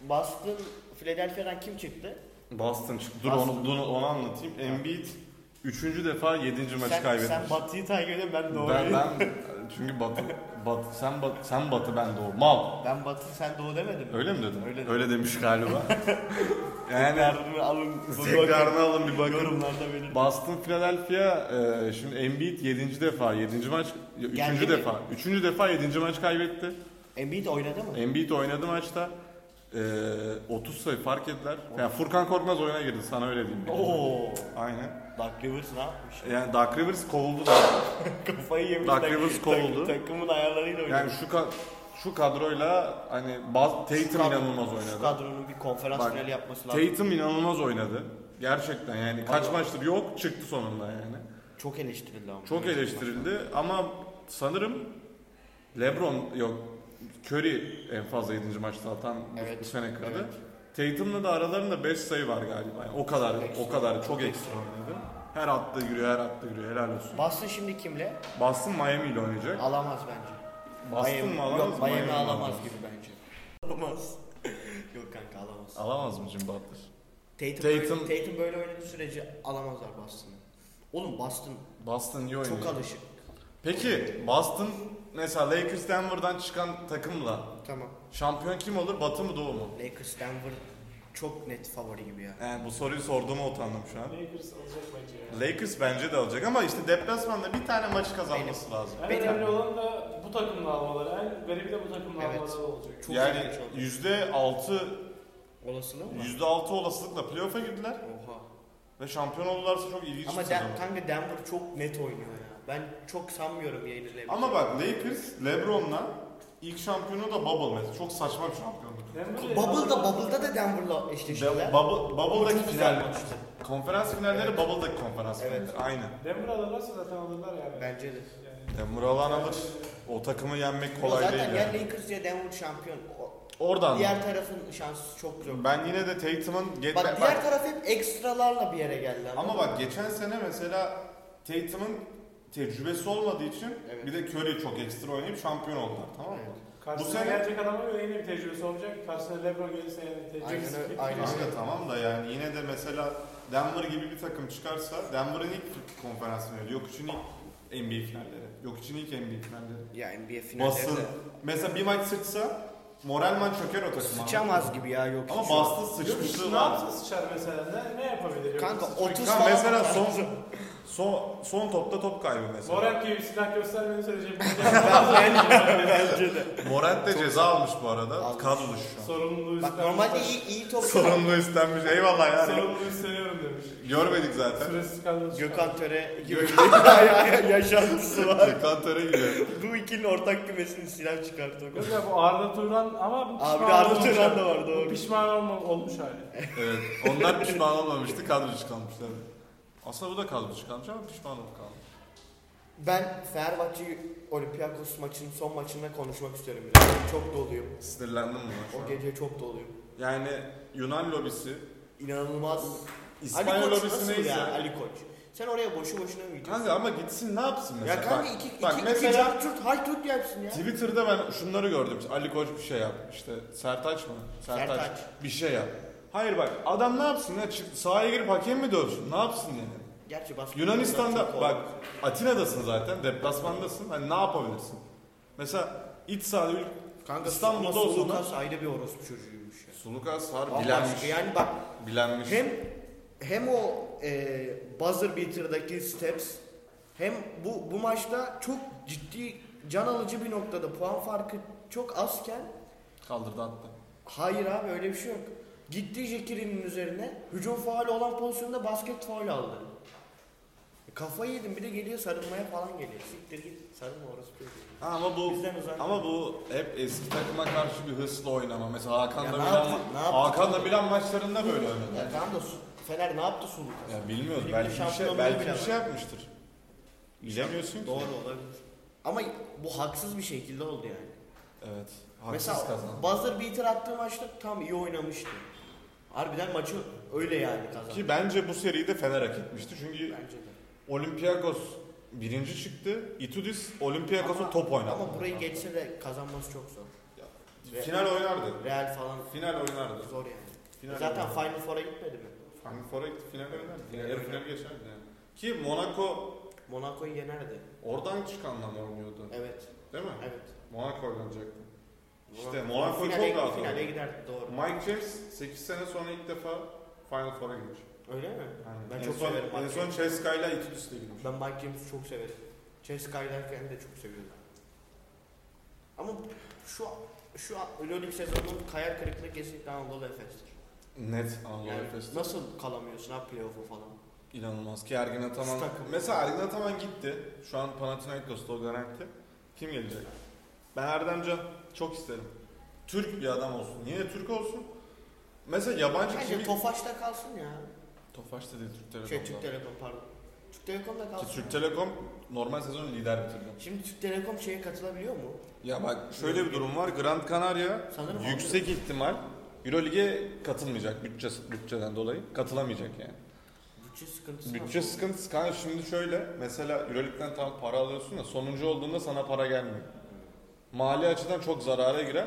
[SPEAKER 2] Boston Philadelphia'dan kim çıktı?
[SPEAKER 4] Boston çıktı. Dur
[SPEAKER 2] Boston.
[SPEAKER 4] onu, dur onu anlatayım. Embiid 3. defa 7. maçı
[SPEAKER 2] sen,
[SPEAKER 4] kaybetmiş.
[SPEAKER 2] sen Batı'yı takip edin ben Doğu'yu.
[SPEAKER 4] ben, ben çünkü batı, batı sen batı sen batı ben doğu. Mal.
[SPEAKER 2] Ben Batı sen Doğu demedim mi?
[SPEAKER 4] Öyle mi dedim?
[SPEAKER 2] Öyle dedim.
[SPEAKER 4] demiş galiba. yani
[SPEAKER 2] Tekrarını alın. bu
[SPEAKER 4] tekrarını
[SPEAKER 2] bakın.
[SPEAKER 4] alın bir bakın.
[SPEAKER 2] Yorumlarda belirtin.
[SPEAKER 4] Boston Philadelphia e, şimdi Embiid 7. defa 7. maç 3.
[SPEAKER 2] Geldi mi?
[SPEAKER 4] defa 3. defa 7. maç kaybetti.
[SPEAKER 2] Embiid oynadı mı?
[SPEAKER 4] Embiid oynadı maçta. E, 30 sayı fark ettiler. Yani Furkan Korkmaz oyuna girdi sana öyle diyeyim.
[SPEAKER 2] Oo.
[SPEAKER 4] Aynen.
[SPEAKER 2] Doug Rivers ne yapmış?
[SPEAKER 4] Yani Dark Rivers kovuldu da.
[SPEAKER 2] Kafayı yemiş.
[SPEAKER 4] Doug
[SPEAKER 2] tak-
[SPEAKER 4] Rivers
[SPEAKER 2] tak-
[SPEAKER 4] kovuldu.
[SPEAKER 2] Takımın ayarlarıyla oynadı.
[SPEAKER 4] Yani şu ka- şu kadroyla hani Bas-
[SPEAKER 2] Şu
[SPEAKER 4] Tatum
[SPEAKER 2] kadro-
[SPEAKER 4] inanılmaz
[SPEAKER 2] Şu
[SPEAKER 4] oynadı.
[SPEAKER 2] kadronun bir konferans
[SPEAKER 4] Bak,
[SPEAKER 2] finali yapması lazım.
[SPEAKER 4] Tatum inanılmaz oynadı. Gerçekten yani kaç
[SPEAKER 2] Vallahi.
[SPEAKER 4] maçtır yok çıktı sonunda yani.
[SPEAKER 2] Çok eleştirildi ama.
[SPEAKER 4] Çok eleştirildi ama sanırım LeBron yok Curry en fazla 7. maçta atan bu-
[SPEAKER 2] Evet,
[SPEAKER 4] bu sene kırdı.
[SPEAKER 2] evet.
[SPEAKER 4] Tatum'la da aralarında 5 sayı var galiba. Yani o kadar
[SPEAKER 2] Ekstra.
[SPEAKER 4] o kadar çok ekstra oynadı. Her attığı giriyor, her attığı giriyor. Helal olsun.
[SPEAKER 2] Boston şimdi kimle?
[SPEAKER 4] Boston Miami ile oynayacak.
[SPEAKER 2] Alamaz bence.
[SPEAKER 4] Boston
[SPEAKER 2] Miami-
[SPEAKER 4] mı alamaz?
[SPEAKER 2] Yok Miami,
[SPEAKER 4] mi
[SPEAKER 2] alamaz gibi bence. Alamaz. Yok kanka alamaz.
[SPEAKER 4] Alamaz mı Jim Butler?
[SPEAKER 2] Tatum,
[SPEAKER 4] Tatum-
[SPEAKER 2] Böyle, Tatum böyle oynadığı sürece alamazlar Boston'ı. Oğlum Boston
[SPEAKER 4] Boston iyi oynuyor.
[SPEAKER 2] çok alışık.
[SPEAKER 4] Peki Boston mesela Lakers Denver'dan çıkan takımla
[SPEAKER 2] Tamam.
[SPEAKER 4] şampiyon kim olur? Batı mı Doğu mu?
[SPEAKER 2] Lakers Denver çok net favori gibi ya.
[SPEAKER 4] Yani Ee, bu soruyu sorduğuma utandım şu an.
[SPEAKER 1] Lakers alacak bence ya.
[SPEAKER 4] Lakers bence de alacak ama işte deplasmanda bir tane maçı kazanması lazım.
[SPEAKER 1] En
[SPEAKER 2] Benim-
[SPEAKER 1] önemli olan da bu takımla almaları. En garibi de bu takımla
[SPEAKER 2] Evet.
[SPEAKER 1] almaları olacak.
[SPEAKER 2] Çok
[SPEAKER 4] yani
[SPEAKER 2] ilginç oldu.
[SPEAKER 4] yüzde altı,
[SPEAKER 2] Olasılığı mı?
[SPEAKER 4] yüzde altı olasılıkla playoff'a girdiler
[SPEAKER 2] Oha.
[SPEAKER 4] ve şampiyon olurlarsa çok ilginç
[SPEAKER 2] Ama
[SPEAKER 4] bir
[SPEAKER 2] Den-
[SPEAKER 4] sezon.
[SPEAKER 2] kanka Denver çok net oynuyor ya. Ben çok sanmıyorum yenilebilir.
[SPEAKER 4] Ama bak Lakers, LeBron'la ilk şampiyonu da Bubble mesela. Çok saçma bir şampiyonluk.
[SPEAKER 1] Denver'le-
[SPEAKER 2] Bubble'da Bubble'da da Denver'la eşleştiler.
[SPEAKER 4] De- Bubble, Bubble'daki
[SPEAKER 2] Çok güzel
[SPEAKER 4] final.
[SPEAKER 2] maçtı.
[SPEAKER 4] Konferans finalleri Bubble'daki konferans
[SPEAKER 2] Evet.
[SPEAKER 4] finalleri. Aynen.
[SPEAKER 1] Denver alırlarsa zaten alırlar yani.
[SPEAKER 2] Bence de.
[SPEAKER 1] Yani
[SPEAKER 4] Demural alır. O takımı yenmek kolay
[SPEAKER 2] Zaten
[SPEAKER 4] değil.
[SPEAKER 2] ya
[SPEAKER 4] Yani.
[SPEAKER 2] Lakers ya Denver şampiyon. O-
[SPEAKER 6] Oradan.
[SPEAKER 2] Diğer tarafın şansı çok güzel.
[SPEAKER 4] Ben yine de Tatum'un... Ge-
[SPEAKER 2] Bak
[SPEAKER 4] bak-
[SPEAKER 2] diğer taraf hep ekstralarla bir yere geldi.
[SPEAKER 4] ama bak geçen sene mesela Tatum'un tecrübesi olmadığı için
[SPEAKER 2] Evet.
[SPEAKER 4] bir de Curry çok ekstra oynayıp şampiyon oldular tamam mı?
[SPEAKER 2] Evet.
[SPEAKER 4] Bu
[SPEAKER 1] Karşısına
[SPEAKER 4] sene-
[SPEAKER 1] gerçek adama göre yine bir tecrübesi olacak. Karşısına Lebron gelirse yani tecrübesi.
[SPEAKER 2] Aynen öyle,
[SPEAKER 1] Aynen.
[SPEAKER 2] aynen.
[SPEAKER 4] Kanka tamam da yani yine de mesela Denver gibi bir takım çıkarsa Denver'ın ilk konferans finali, yok için ilk NBA finalleri, yok için ilk NBA finalleri.
[SPEAKER 2] Ya NBA finalleri
[SPEAKER 4] Boston
[SPEAKER 2] de
[SPEAKER 4] mesela bir maç sıçsa moral man çöker o takım.
[SPEAKER 2] sıçamaz gibi ya yok.
[SPEAKER 4] Ama
[SPEAKER 2] hiç.
[SPEAKER 4] Boston
[SPEAKER 1] Yok,
[SPEAKER 4] sıçmışlığı
[SPEAKER 1] ne
[SPEAKER 4] var.
[SPEAKER 1] yapsın sıçar mesela? Ne, ne yapabilir?
[SPEAKER 2] Kanka
[SPEAKER 1] Yok,
[SPEAKER 2] 30
[SPEAKER 4] Kanka
[SPEAKER 2] falan
[SPEAKER 4] mesela
[SPEAKER 2] var.
[SPEAKER 4] son son son topta top kaybı mesela.
[SPEAKER 1] Morant gibi silah göstermediği sürece bu-
[SPEAKER 4] Morant de ceza almış bu arada.
[SPEAKER 2] Almış.
[SPEAKER 4] Kadro dışı şu an.
[SPEAKER 1] sorumluluğu
[SPEAKER 2] Bak
[SPEAKER 1] üstlenmiş.
[SPEAKER 2] normalde iyi iyi topçu.
[SPEAKER 4] Sorumlu üstlenmiş. Eyvallah yani.
[SPEAKER 1] Sorumluluğu üstleniyorum demiş.
[SPEAKER 4] Görmedik zaten.
[SPEAKER 1] Süresiz kadro
[SPEAKER 2] Gökhan Töre gibi bir yaşantısı var.
[SPEAKER 4] Kantöre gidiyor.
[SPEAKER 2] Bu ikinin ortak kümesini silah çıkarttı.
[SPEAKER 1] Yok ya bu Arda Turan ama bu
[SPEAKER 2] Abi
[SPEAKER 1] pişman
[SPEAKER 2] Arda
[SPEAKER 1] olmamış
[SPEAKER 2] Turan şey-
[SPEAKER 1] hali.
[SPEAKER 2] da var, doğru.
[SPEAKER 1] Bu pişman olma, olmuş hali.
[SPEAKER 4] Evet. Onlar pişman olmamıştı. Kadro dışı kalmışlar. Aslında bu da kadro dışı kalmış ama pişman olup kalmış.
[SPEAKER 2] Ben Fenerbahçe Olympiakos maçının son maçında konuşmak istiyorum biraz. Çok doluyum.
[SPEAKER 4] Sinirlendim buna şu
[SPEAKER 2] O
[SPEAKER 4] an.
[SPEAKER 2] gece çok doluyum.
[SPEAKER 4] Yani Yunan lobisi,
[SPEAKER 2] İnanılmaz.
[SPEAKER 4] İspanya
[SPEAKER 2] Ali Koç
[SPEAKER 4] lobisi
[SPEAKER 2] nasıl
[SPEAKER 4] neyse.
[SPEAKER 2] ya Ali Koç? Sen oraya boşu boşuna mı gidiyorsun?
[SPEAKER 4] Kanka ama gitsin ne yapsın mesela?
[SPEAKER 2] ya kanka
[SPEAKER 4] Bak,
[SPEAKER 2] iki, iki,
[SPEAKER 4] bak
[SPEAKER 2] iki,
[SPEAKER 4] mesela
[SPEAKER 2] cart curt hay tut yapsın ya.
[SPEAKER 4] Twitter'da ben şunları gördüm. İşte Ali Koç bir şey yap. İşte Sertaç mı? Sertaç.
[SPEAKER 2] Sertaç.
[SPEAKER 4] Bir şey yap. Hayır bak adam ne yapsın ya? Çık, sahaya girip hakem mi dövsün? Ne yapsın yani?
[SPEAKER 2] Gerçi baskı çok
[SPEAKER 4] Yunanistan'da
[SPEAKER 2] kolay.
[SPEAKER 4] bak Atina'dasın zaten. Deplasmandasın. Hani ne yapabilirsin? Mesela iç sahada bir
[SPEAKER 2] Kanka
[SPEAKER 4] İstanbul'da
[SPEAKER 2] İstanbul'da
[SPEAKER 4] olsa da-
[SPEAKER 2] Sulukas ayrı bir orospu çocuğuymuş ya.
[SPEAKER 4] Sulukas har bilenmiş.
[SPEAKER 2] Bambaşka yani bak
[SPEAKER 4] Bilenmiş.
[SPEAKER 2] hem hem o e, buzzer beater'daki steps hem bu bu maçta çok ciddi can alıcı bir noktada puan farkı çok azken
[SPEAKER 4] Kaldırdı attı.
[SPEAKER 2] hayır abi öyle bir şey yok. Gitti Jekiri'nin üzerine hücum faali olan pozisyonda basket faul aldı. E, Kafayı yedim bir de geliyor sarılmaya falan geliyor. Siktir git sarılma orası çocuğu.
[SPEAKER 4] Ha, ama bu
[SPEAKER 2] Bizden uzak.
[SPEAKER 4] Ama bu hep eski takıma karşı bir hırsla oynama. Mesela Hakan'la
[SPEAKER 2] Ya ne
[SPEAKER 4] Milan,
[SPEAKER 2] yaptı- ne yaptı?
[SPEAKER 4] Hakan'la Milan maçlarında böyle oynadı.
[SPEAKER 2] Ya tamam da Su- Fener ne yaptı Sulukas?
[SPEAKER 4] Ya bilmiyoruz.
[SPEAKER 2] Ligde
[SPEAKER 4] Belki bir şey,
[SPEAKER 2] şampiyonluğu
[SPEAKER 4] belki
[SPEAKER 2] bile
[SPEAKER 4] bir
[SPEAKER 2] var.
[SPEAKER 4] şey yapmıştır. Bilemiyorsun ki.
[SPEAKER 2] Doğru olabilir. Ama bu haksız bir şekilde oldu yani.
[SPEAKER 4] Evet. Haksız
[SPEAKER 2] Mesela
[SPEAKER 4] kazandı.
[SPEAKER 2] buzzer beater attığı maçta tam iyi oynamıştı. Harbiden maçı öyle yani kazandı.
[SPEAKER 4] Ki bence bu seriyi de Fener hak etmişti. Çünkü
[SPEAKER 2] Bence de.
[SPEAKER 4] Olympiakos birinci çıktı. Itudis Olympiakos'a
[SPEAKER 2] Ama-
[SPEAKER 4] top oynadı.
[SPEAKER 2] Ama burayı geçse de kazanması çok zor. Re-
[SPEAKER 4] Final oynardı.
[SPEAKER 2] Real falan
[SPEAKER 4] Final oynardı.
[SPEAKER 2] zor yani.
[SPEAKER 4] Final
[SPEAKER 2] Zaten
[SPEAKER 4] oynardı.
[SPEAKER 2] Final Four'a gitmedi mi?
[SPEAKER 4] Final Four'a gitti. Final oynardı.
[SPEAKER 2] Final
[SPEAKER 4] Yarı final
[SPEAKER 2] oynardı.
[SPEAKER 4] geçerdi yani. Ki Monaco
[SPEAKER 2] Monaco'yu yenerdi.
[SPEAKER 4] oradan çıkanla mı oynuyordu?
[SPEAKER 2] Evet.
[SPEAKER 4] Değil mi?
[SPEAKER 2] Evet.
[SPEAKER 4] Monaco oynanacaktı. İşte
[SPEAKER 2] Monaco-
[SPEAKER 4] Monaco
[SPEAKER 2] finale,
[SPEAKER 4] çok rahat
[SPEAKER 2] Finale
[SPEAKER 4] oynadı.
[SPEAKER 2] giderdi doğru.
[SPEAKER 4] Mike James 8 sene sonra ilk defa Final Four'a girmiş.
[SPEAKER 2] Öyle mi?
[SPEAKER 4] Yani
[SPEAKER 2] Ben
[SPEAKER 4] en
[SPEAKER 2] çok
[SPEAKER 4] son,
[SPEAKER 2] severim
[SPEAKER 4] En
[SPEAKER 2] Mike
[SPEAKER 4] son
[SPEAKER 2] James'i.
[SPEAKER 4] Ceska'yla Itudis'le girmiş.
[SPEAKER 2] Ben Mike James'i çok severim. Chess kaydırken de çok seviyorum. Ama şu şu Euroleague sezonunun kayar kırıklığı kesinlikle Anadolu Efes'tir.
[SPEAKER 4] Net Anadolu
[SPEAKER 2] Yani
[SPEAKER 4] Efes'te.
[SPEAKER 2] nasıl kalamıyorsun ha playoff'u falan?
[SPEAKER 4] İnanılmaz ki Ergin Ataman.
[SPEAKER 2] Takım.
[SPEAKER 4] Mesela Ergin Ataman gitti. Şu an Panathinaikos'ta o garanti. Kim gelecek? Ben Erdemcan çok isterim. Türk bir adam olsun. Niye Türk olsun? Mesela yabancı
[SPEAKER 2] Bence
[SPEAKER 4] kimi...
[SPEAKER 2] Tofaş'ta kalsın ya.
[SPEAKER 4] Tofaş dedi Türk
[SPEAKER 2] Şey
[SPEAKER 4] Telekom'da.
[SPEAKER 2] Türk Telekom pardon. Türk Telekom'da
[SPEAKER 4] Ki
[SPEAKER 2] kalsın.
[SPEAKER 4] Türk Telekom normal sezonu lider bitirdi.
[SPEAKER 2] Şimdi Türk Telekom şeye katılabiliyor mu?
[SPEAKER 4] Ya bak şöyle bir durum var. Gran Canaria
[SPEAKER 2] Sanırım
[SPEAKER 4] yüksek ihtimal Eurolig'e katılmayacak bütçe, bütçeden dolayı. Katılamayacak yani.
[SPEAKER 2] Bütçe sıkıntısı
[SPEAKER 4] Bütçe
[SPEAKER 2] var.
[SPEAKER 4] sıkıntısı kanka şimdi şöyle mesela Euroleague'den tam para alıyorsun da sonuncu olduğunda sana para gelmiyor. Mali açıdan çok zarara girer.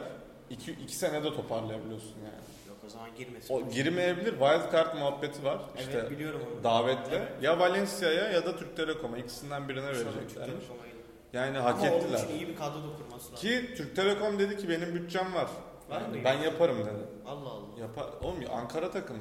[SPEAKER 4] 2 2 senede toparlayabiliyorsun yani.
[SPEAKER 2] Yok o zaman girmesin.
[SPEAKER 4] O girmeyebilir. Wild card muhabbeti var.
[SPEAKER 2] evet
[SPEAKER 4] İşte
[SPEAKER 2] biliyorum onu.
[SPEAKER 4] davetle ya Valencia'ya ya da Türk Telekom'a ikisinden birine
[SPEAKER 2] İnşallah Türk
[SPEAKER 4] verecekler.
[SPEAKER 2] Telekom'a gelir.
[SPEAKER 4] Yani hak
[SPEAKER 2] Ama
[SPEAKER 4] ettiler.
[SPEAKER 2] onun için iyi bir kadro da kurması lazım.
[SPEAKER 4] Ki Türk Telekom dedi ki benim bütçem var.
[SPEAKER 2] Var mı?
[SPEAKER 4] ben yaparım dedi.
[SPEAKER 2] Allah Allah.
[SPEAKER 4] Yapar. Oğlum ya Ankara takımı.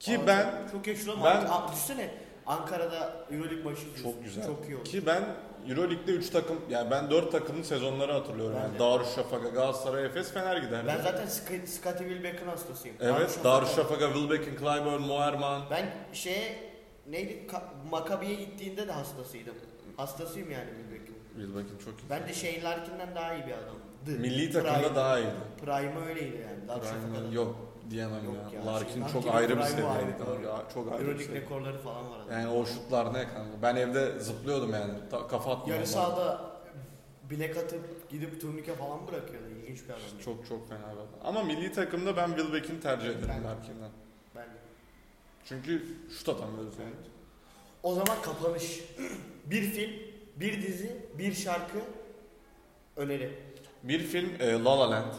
[SPEAKER 4] Ki
[SPEAKER 2] Abi,
[SPEAKER 4] ben
[SPEAKER 2] çok yaşlı ama
[SPEAKER 4] ben-
[SPEAKER 2] Aa, düşünsene Ankara'da Euroleague başı izliyorsun.
[SPEAKER 4] Çok güzel.
[SPEAKER 2] Çok iyi olur.
[SPEAKER 4] Ki ben Euroleague'de 3 takım yani ben 4 takımın sezonları hatırlıyorum.
[SPEAKER 2] Ben
[SPEAKER 4] Yani
[SPEAKER 2] de.
[SPEAKER 4] Darüşşafaka, Galatasaray, Efes, Fener giderdi.
[SPEAKER 2] Ben zaten Sc- Scottie Wilbeck'in hastasıyım.
[SPEAKER 4] evet, Darüşşafaka, Wilbekin, Clyburn, Moerman.
[SPEAKER 2] Ben şeye neydi Ka- Makabi'ye gittiğinde de hastasıydım. Hastasıyım yani Wilbeck'in.
[SPEAKER 4] Wilbekin çok iyi.
[SPEAKER 2] Ben de Shane Larkin'den daha iyi bir adamdı.
[SPEAKER 4] Milli takımda daha iyiydi.
[SPEAKER 2] Prime'ı öyleydi yani.
[SPEAKER 4] Ryan-
[SPEAKER 2] Darüşşafaka'da.
[SPEAKER 4] yok diyemem
[SPEAKER 2] Yok
[SPEAKER 4] ya.
[SPEAKER 2] ya,
[SPEAKER 4] Larkin
[SPEAKER 2] şey,
[SPEAKER 4] çok
[SPEAKER 2] Larkin'in
[SPEAKER 4] ayrı bir
[SPEAKER 2] Prime'ı
[SPEAKER 4] seviyeydi
[SPEAKER 2] ayrı,
[SPEAKER 4] kanka.
[SPEAKER 2] doğru.
[SPEAKER 4] Ya, Çok ayrı bir
[SPEAKER 2] Euroleague
[SPEAKER 4] seviye.
[SPEAKER 2] rekorları falan var adamın.
[SPEAKER 4] Yani o şutlar ne kanka? Ben evde zıplıyordum yani. Ta- kafa atmıyordum.
[SPEAKER 2] Yarı sahada bilek atıp gidip turnike falan bırakıyordu. İlginç bir adam.
[SPEAKER 4] Çok çok fena bir adam. Ama milli takımda ben Wilbeck'ini tercih
[SPEAKER 2] Ben de.
[SPEAKER 4] ederim Larkin'den.
[SPEAKER 2] Ben de.
[SPEAKER 4] Çünkü şut atamıyoruz yani.
[SPEAKER 2] O zaman kapanış. bir film, bir dizi, bir şarkı öneri.
[SPEAKER 4] Bir film e, La La Land.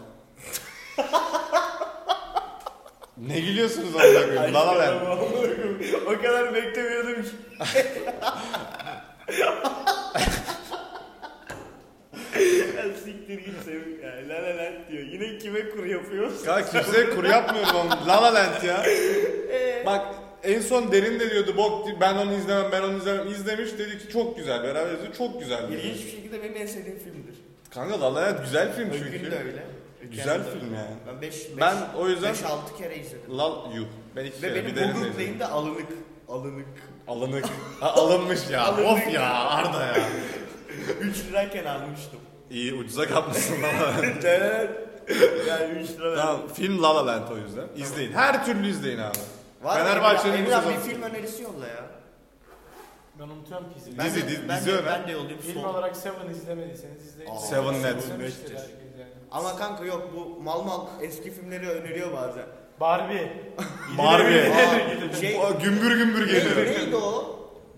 [SPEAKER 4] ne gülüyorsunuz amına koyayım? La La Land.
[SPEAKER 2] o kadar beklemiyordum ki. ya siktir git Sevim ya. La la la diyor. Yine kime kur yapıyoruz?
[SPEAKER 4] Ya kimseye kuru yapmıyorum oğlum. La La Land ya. Bak en son Derin de diyordu bok di- ben onu izlemem ben onu izlemem izlemiş dedi ki çok güzel beraber izledik çok güzel dedi.
[SPEAKER 2] İlginç bir şekilde benim en sevdiğim filmdir.
[SPEAKER 4] Kanka La La Land güzel film
[SPEAKER 2] Öykün de
[SPEAKER 4] çünkü.
[SPEAKER 2] öyle. Öykü
[SPEAKER 4] Güzel
[SPEAKER 2] de öyle.
[SPEAKER 4] film yani.
[SPEAKER 2] Ben 5
[SPEAKER 4] Ben o yüzden
[SPEAKER 2] 5-6 kere izledim.
[SPEAKER 4] La Yuh. Ben iki
[SPEAKER 2] Ve
[SPEAKER 4] kere
[SPEAKER 2] benim
[SPEAKER 4] bir Derin de
[SPEAKER 2] Google
[SPEAKER 4] izledim.
[SPEAKER 2] Play'imde alınık. Alınık.
[SPEAKER 4] Alınık. Ha, alınmış ya.
[SPEAKER 2] Alınık.
[SPEAKER 4] Of ya Arda ya.
[SPEAKER 2] 3 lirayken almıştım.
[SPEAKER 4] İyi ucuza kapmışsın La La Land.
[SPEAKER 2] yani 3 lira verdim.
[SPEAKER 4] Tamam film La La Land o yüzden. İzleyin. Her türlü izleyin abi.
[SPEAKER 2] Var mı
[SPEAKER 4] Fenerbahçe'nin
[SPEAKER 2] Emre
[SPEAKER 4] bu
[SPEAKER 2] abi,
[SPEAKER 4] sezon-
[SPEAKER 2] bir film önerisi yolla ya.
[SPEAKER 5] Ben unutuyorum ki izlemeyi.
[SPEAKER 2] Ben
[SPEAKER 4] Dizi,
[SPEAKER 2] de-
[SPEAKER 4] dizi,
[SPEAKER 2] ben
[SPEAKER 4] dizi
[SPEAKER 2] de-
[SPEAKER 4] öner.
[SPEAKER 2] Ben de yollayayım.
[SPEAKER 5] Film
[SPEAKER 2] Son.
[SPEAKER 5] olarak Seven izlemediyseniz izleyin.
[SPEAKER 2] Aa,
[SPEAKER 4] Seven net.
[SPEAKER 5] İzlemiştir
[SPEAKER 2] Nettir.
[SPEAKER 5] herkes yani.
[SPEAKER 2] Ama kanka yok bu mal mal eski filmleri öneriyor bazen.
[SPEAKER 5] Barbie.
[SPEAKER 4] Barbie.
[SPEAKER 2] Aa, şey,
[SPEAKER 4] Aa, gümbür gümbür geliyor.
[SPEAKER 2] neydi o?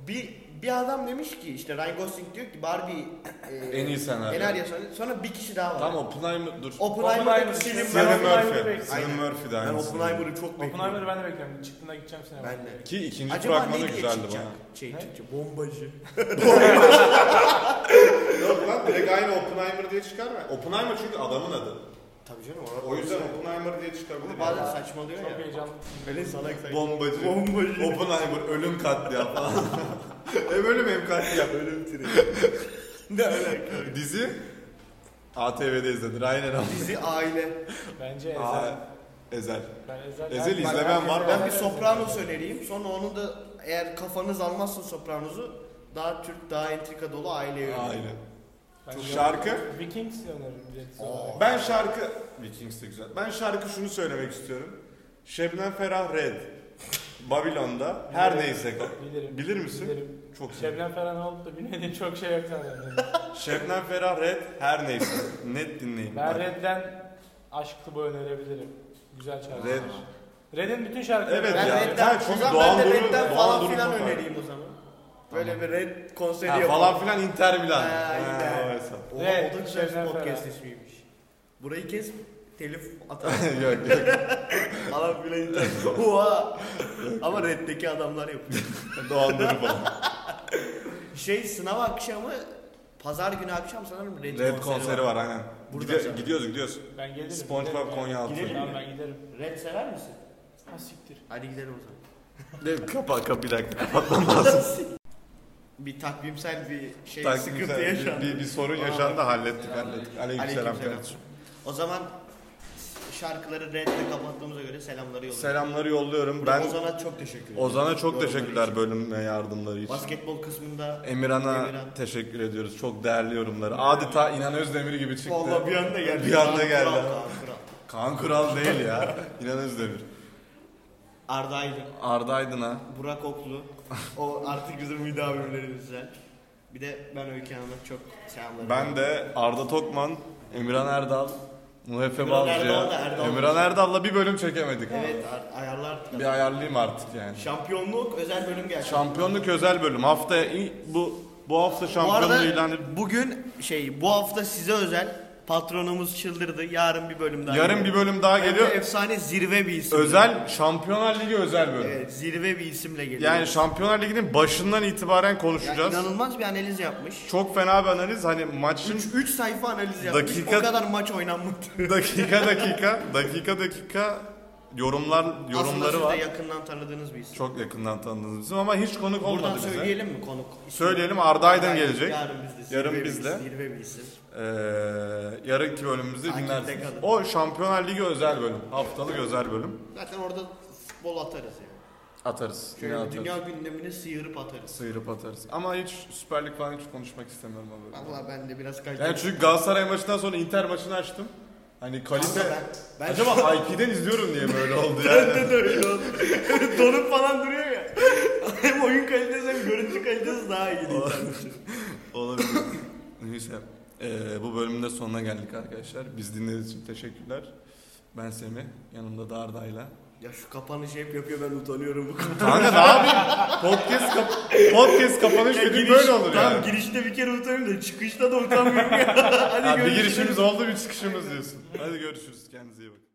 [SPEAKER 2] Bir, bir adam demiş ki işte Ryan Gosling diyor ki Barbie e,
[SPEAKER 4] en iyi senaryo.
[SPEAKER 2] senaryo söyledi. Sonra bir kişi daha var.
[SPEAKER 4] Tamam Oppenheimer dur.
[SPEAKER 5] Oppenheimer.
[SPEAKER 2] Oppenheimer'daki film
[SPEAKER 4] Cillian
[SPEAKER 5] Ben
[SPEAKER 2] ben,
[SPEAKER 5] Oppenheimer'ı
[SPEAKER 4] Murphy.
[SPEAKER 5] bekliyorum.
[SPEAKER 4] Cillian Murphy de
[SPEAKER 2] ben
[SPEAKER 4] aynısı.
[SPEAKER 2] Oppenheimer'ı çok bekliyorum.
[SPEAKER 5] Oppenheimer'ı ben de bekliyorum. Çıktığında gideceğim sinemaya.
[SPEAKER 2] Ben de.
[SPEAKER 4] Ki ikinci
[SPEAKER 2] Acaba ne
[SPEAKER 4] fragmanı
[SPEAKER 2] diye
[SPEAKER 4] güzeldi
[SPEAKER 2] çıkacak?
[SPEAKER 4] bana.
[SPEAKER 2] Şey
[SPEAKER 5] Ne?
[SPEAKER 2] çıkacak, bombacı.
[SPEAKER 4] Yok lan direkt aynı Oppenheimer diye çıkar mı? Oppenheimer çünkü adamın adı.
[SPEAKER 2] Tabii canım orada.
[SPEAKER 4] O yüzden Oppenheimer diye
[SPEAKER 2] Ama
[SPEAKER 4] çıkabilir.
[SPEAKER 2] bazen saçmalıyor
[SPEAKER 5] Çok
[SPEAKER 2] ya.
[SPEAKER 5] heyecanlı.
[SPEAKER 2] Öyle salak salak.
[SPEAKER 4] Bombacı.
[SPEAKER 2] Bombacı.
[SPEAKER 4] Oppenheimer ölüm katliam falan. hem ölüm hem katliam. Ölüm treni.
[SPEAKER 2] ne alaka?
[SPEAKER 4] Dizi ATV'de izledim. Aynen abi.
[SPEAKER 2] Dizi aile.
[SPEAKER 5] Bence
[SPEAKER 4] Aa,
[SPEAKER 5] Ezel.
[SPEAKER 4] Ezel.
[SPEAKER 5] Ben Ezel.
[SPEAKER 4] Ezel
[SPEAKER 5] Ben-
[SPEAKER 4] izlemem var.
[SPEAKER 2] Ben bir Sopranos önereyim. Sonra onun da eğer kafanız almazsa Sopranos'u daha Türk, daha entrika dolu aileye önerin.
[SPEAKER 4] Aynen.
[SPEAKER 5] Ben-
[SPEAKER 4] Şarkı.
[SPEAKER 5] Vikings öneririm diye dizi olarak.
[SPEAKER 4] Ben şarkı Vikings de güzel. Ben şarkı şunu söylemek istiyorum. Şebnem Ferah Red. Babilon'da her neyse.
[SPEAKER 5] Bilirim.
[SPEAKER 4] Bilir misin?
[SPEAKER 5] Bilirim.
[SPEAKER 4] Çok sevdim.
[SPEAKER 5] Şebnem Ferah ne olup da bilmediğim çok şey yok sanırım.
[SPEAKER 4] Şebnem Ferah Red her neyse. Net dinleyin.
[SPEAKER 5] ben Red'den Aşk Klubu önerebilirim. Güzel şarkı.
[SPEAKER 4] Red.
[SPEAKER 5] Red'in bütün şarkıları.
[SPEAKER 4] Evet
[SPEAKER 2] Ben
[SPEAKER 4] ya.
[SPEAKER 2] Red'den,
[SPEAKER 4] Ha,
[SPEAKER 2] o
[SPEAKER 4] çünkü
[SPEAKER 2] zaman
[SPEAKER 4] Doğan
[SPEAKER 2] ben de
[SPEAKER 4] Duru-
[SPEAKER 2] Red'den
[SPEAKER 4] Doğan
[SPEAKER 2] falan
[SPEAKER 4] Duru
[SPEAKER 2] filan
[SPEAKER 4] çok var.
[SPEAKER 2] önereyim o zaman. Böyle bir Red konseri
[SPEAKER 4] Ha,
[SPEAKER 2] yapalım.
[SPEAKER 4] falan filan Inter Milan.
[SPEAKER 2] Ha,
[SPEAKER 4] Ha,
[SPEAKER 2] Inter.
[SPEAKER 4] oysa.
[SPEAKER 2] Oha,
[SPEAKER 5] Red,
[SPEAKER 2] o da güzel
[SPEAKER 5] Şebnem
[SPEAKER 2] podcast
[SPEAKER 5] Ferah.
[SPEAKER 2] ismiymiş. Burayı kes, telif atar.
[SPEAKER 4] yok yok.
[SPEAKER 2] falan filan inter. Oha! Ama Red'deki adamlar yapıyor.
[SPEAKER 4] Doğan Duru falan.
[SPEAKER 2] Şey sınav akşamı, pazar günü akşam sanırım Red,
[SPEAKER 4] Red konseri var aynen.
[SPEAKER 2] Buradan
[SPEAKER 4] Gide-
[SPEAKER 2] sen-
[SPEAKER 4] gidiyoruz gidiyoruz.
[SPEAKER 5] Ben gelirim.
[SPEAKER 4] SpongeBob Konyaaltı.
[SPEAKER 5] Gidelim
[SPEAKER 2] Gidelim mi?
[SPEAKER 5] ben giderim.
[SPEAKER 2] Red sever misin?
[SPEAKER 5] Ha siktir.
[SPEAKER 2] Hadi gidelim o zaman.
[SPEAKER 4] Kapa kapa bir dakika.
[SPEAKER 2] bir takvimsel bir şey
[SPEAKER 4] Takvimsel
[SPEAKER 2] sıkıntı
[SPEAKER 4] bir-
[SPEAKER 2] yaşandı.
[SPEAKER 4] Bir, bir sorun yaşandı hallettik hallettik. Aleykümselam
[SPEAKER 2] Aleykümselam.
[SPEAKER 4] kardeşim.
[SPEAKER 2] O zaman şarkıları redle kapattığımıza göre selamları yolluyoruz.
[SPEAKER 4] Selamları yolluyorum.
[SPEAKER 2] Buradan
[SPEAKER 4] Ben
[SPEAKER 2] Ozan'a çok teşekkür ederim.
[SPEAKER 4] Ozan'a çok
[SPEAKER 2] Yorumları
[SPEAKER 4] teşekkürler
[SPEAKER 2] için.
[SPEAKER 4] bölüm ve yardımları için.
[SPEAKER 2] Basketbol kısmında
[SPEAKER 4] Emirhan'a
[SPEAKER 2] Emirhan.
[SPEAKER 4] teşekkür ediyoruz. Çok değerli yorumları. Adeta İnan Özdemir gibi çıktı.
[SPEAKER 2] Vallahi bir anda geldi.
[SPEAKER 4] Bir anda geldi.
[SPEAKER 2] Kral, kral, kral.
[SPEAKER 4] Kaan Kural değil ya. İnan Özdemir.
[SPEAKER 2] Arda Aydın,
[SPEAKER 4] Arda Aydın'a.
[SPEAKER 2] Burak Oklu. O artık bizim müdavimlerimizden. Bir de ben Öykü Hanım'a çok selamlarım.
[SPEAKER 4] Ben de Arda Tokman, Emirhan Erdal, Muhefe
[SPEAKER 2] Emirhan Erdal
[SPEAKER 4] Balcı'ya.
[SPEAKER 2] da Erdal
[SPEAKER 4] Emirhan Erdal'la bir bölüm çekemedik.
[SPEAKER 2] Evet ar- ayarlar artık.
[SPEAKER 4] Bir ayarlayayım artık yani.
[SPEAKER 2] Şampiyonluk özel bölüm geldi.
[SPEAKER 4] Şampiyonluk özel bölüm. Haftaya ilk- bu bu hafta
[SPEAKER 2] Bu arada
[SPEAKER 4] şampiyonluğu ilan edip
[SPEAKER 2] bugün şey bu hafta size özel patronumuz çıldırdı. Yarın bir bölüm daha.
[SPEAKER 4] yarın bir
[SPEAKER 2] geliyor.
[SPEAKER 4] bölüm daha
[SPEAKER 2] Hem de
[SPEAKER 4] geliyor.
[SPEAKER 2] Efsane zirve bir isim.
[SPEAKER 4] Özel Şampiyonlar Ligi özel bölüm.
[SPEAKER 2] Evet, zirve bir isimle geliyor.
[SPEAKER 4] Yani Şampiyonlar Ligi'nin başından itibaren konuşacağız.
[SPEAKER 2] inanılmaz bir analiz yapmış.
[SPEAKER 4] Çok fena bir analiz. Hani maçın
[SPEAKER 2] 3 sayfa analiz yapmış.
[SPEAKER 4] Dakika-
[SPEAKER 2] O kadar maç oynanmadı.
[SPEAKER 4] dakika dakika dakika dakika yorumlar
[SPEAKER 2] Aslında
[SPEAKER 4] yorumları
[SPEAKER 2] siz
[SPEAKER 4] var.
[SPEAKER 2] de yakından tanıdığınız bir isim.
[SPEAKER 4] Çok yakından tanıdığımız bizim ama hiç konuk
[SPEAKER 2] Buradan
[SPEAKER 4] olmadı bize.
[SPEAKER 2] söyleyelim mi konuk? ismi?
[SPEAKER 4] Söyleyelim, Arda Aydın gelecek.
[SPEAKER 2] Yarın bizde.
[SPEAKER 4] Yarın
[SPEAKER 2] zirve bir
[SPEAKER 4] bizde.
[SPEAKER 2] isim, Zirve bir isim.
[SPEAKER 4] Ee, yarınki bölümümüzü
[SPEAKER 2] Takipte
[SPEAKER 4] dinlersiniz.
[SPEAKER 2] kalın.
[SPEAKER 4] O Şampiyonlar Ligi özel bölüm. Haftalık özel bölüm.
[SPEAKER 2] Zaten orada futbol atarız yani.
[SPEAKER 4] Atarız. Yine
[SPEAKER 2] Şöyle bir
[SPEAKER 4] atarız.
[SPEAKER 2] dünya gündemini sıyırıp atarız.
[SPEAKER 4] Sıyırıp atarız. Ama hiç Süper Lig falan hiç konuşmak istemiyorum abi.
[SPEAKER 2] Valla ben de biraz kaçtım.
[SPEAKER 4] Yani çünkü Galatasaray maçından sonra Inter maçını açtım. Hani kalite...
[SPEAKER 2] Ben, ben
[SPEAKER 4] Acaba IP'den izliyorum diye böyle oldu yani.
[SPEAKER 2] Donup falan duruyor ya. hem oyun kalitesi hem görüntü kalitesi daha iyi değil.
[SPEAKER 4] Olabilir. Neyse. Ee, bu bölümün de sonuna geldik arkadaşlar. Biz dinlediğiniz için teşekkürler. Ben Semih, yanımda da Arda'yla.
[SPEAKER 2] Ya şu kapanışı hep yapıyor ben utanıyorum bu kadar.
[SPEAKER 4] Kanka ne yapayım? Podcast, kap podcast kapanış dediğin böyle olur
[SPEAKER 2] tamam,
[SPEAKER 4] yani.
[SPEAKER 2] girişte bir kere utanıyorum da çıkışta da utanmıyorum ya. Hani Hadi
[SPEAKER 4] Ya bir
[SPEAKER 2] görüşürüz.
[SPEAKER 4] girişimiz oldu bir çıkışımız diyorsun. Hadi görüşürüz. Kendinize iyi bakın.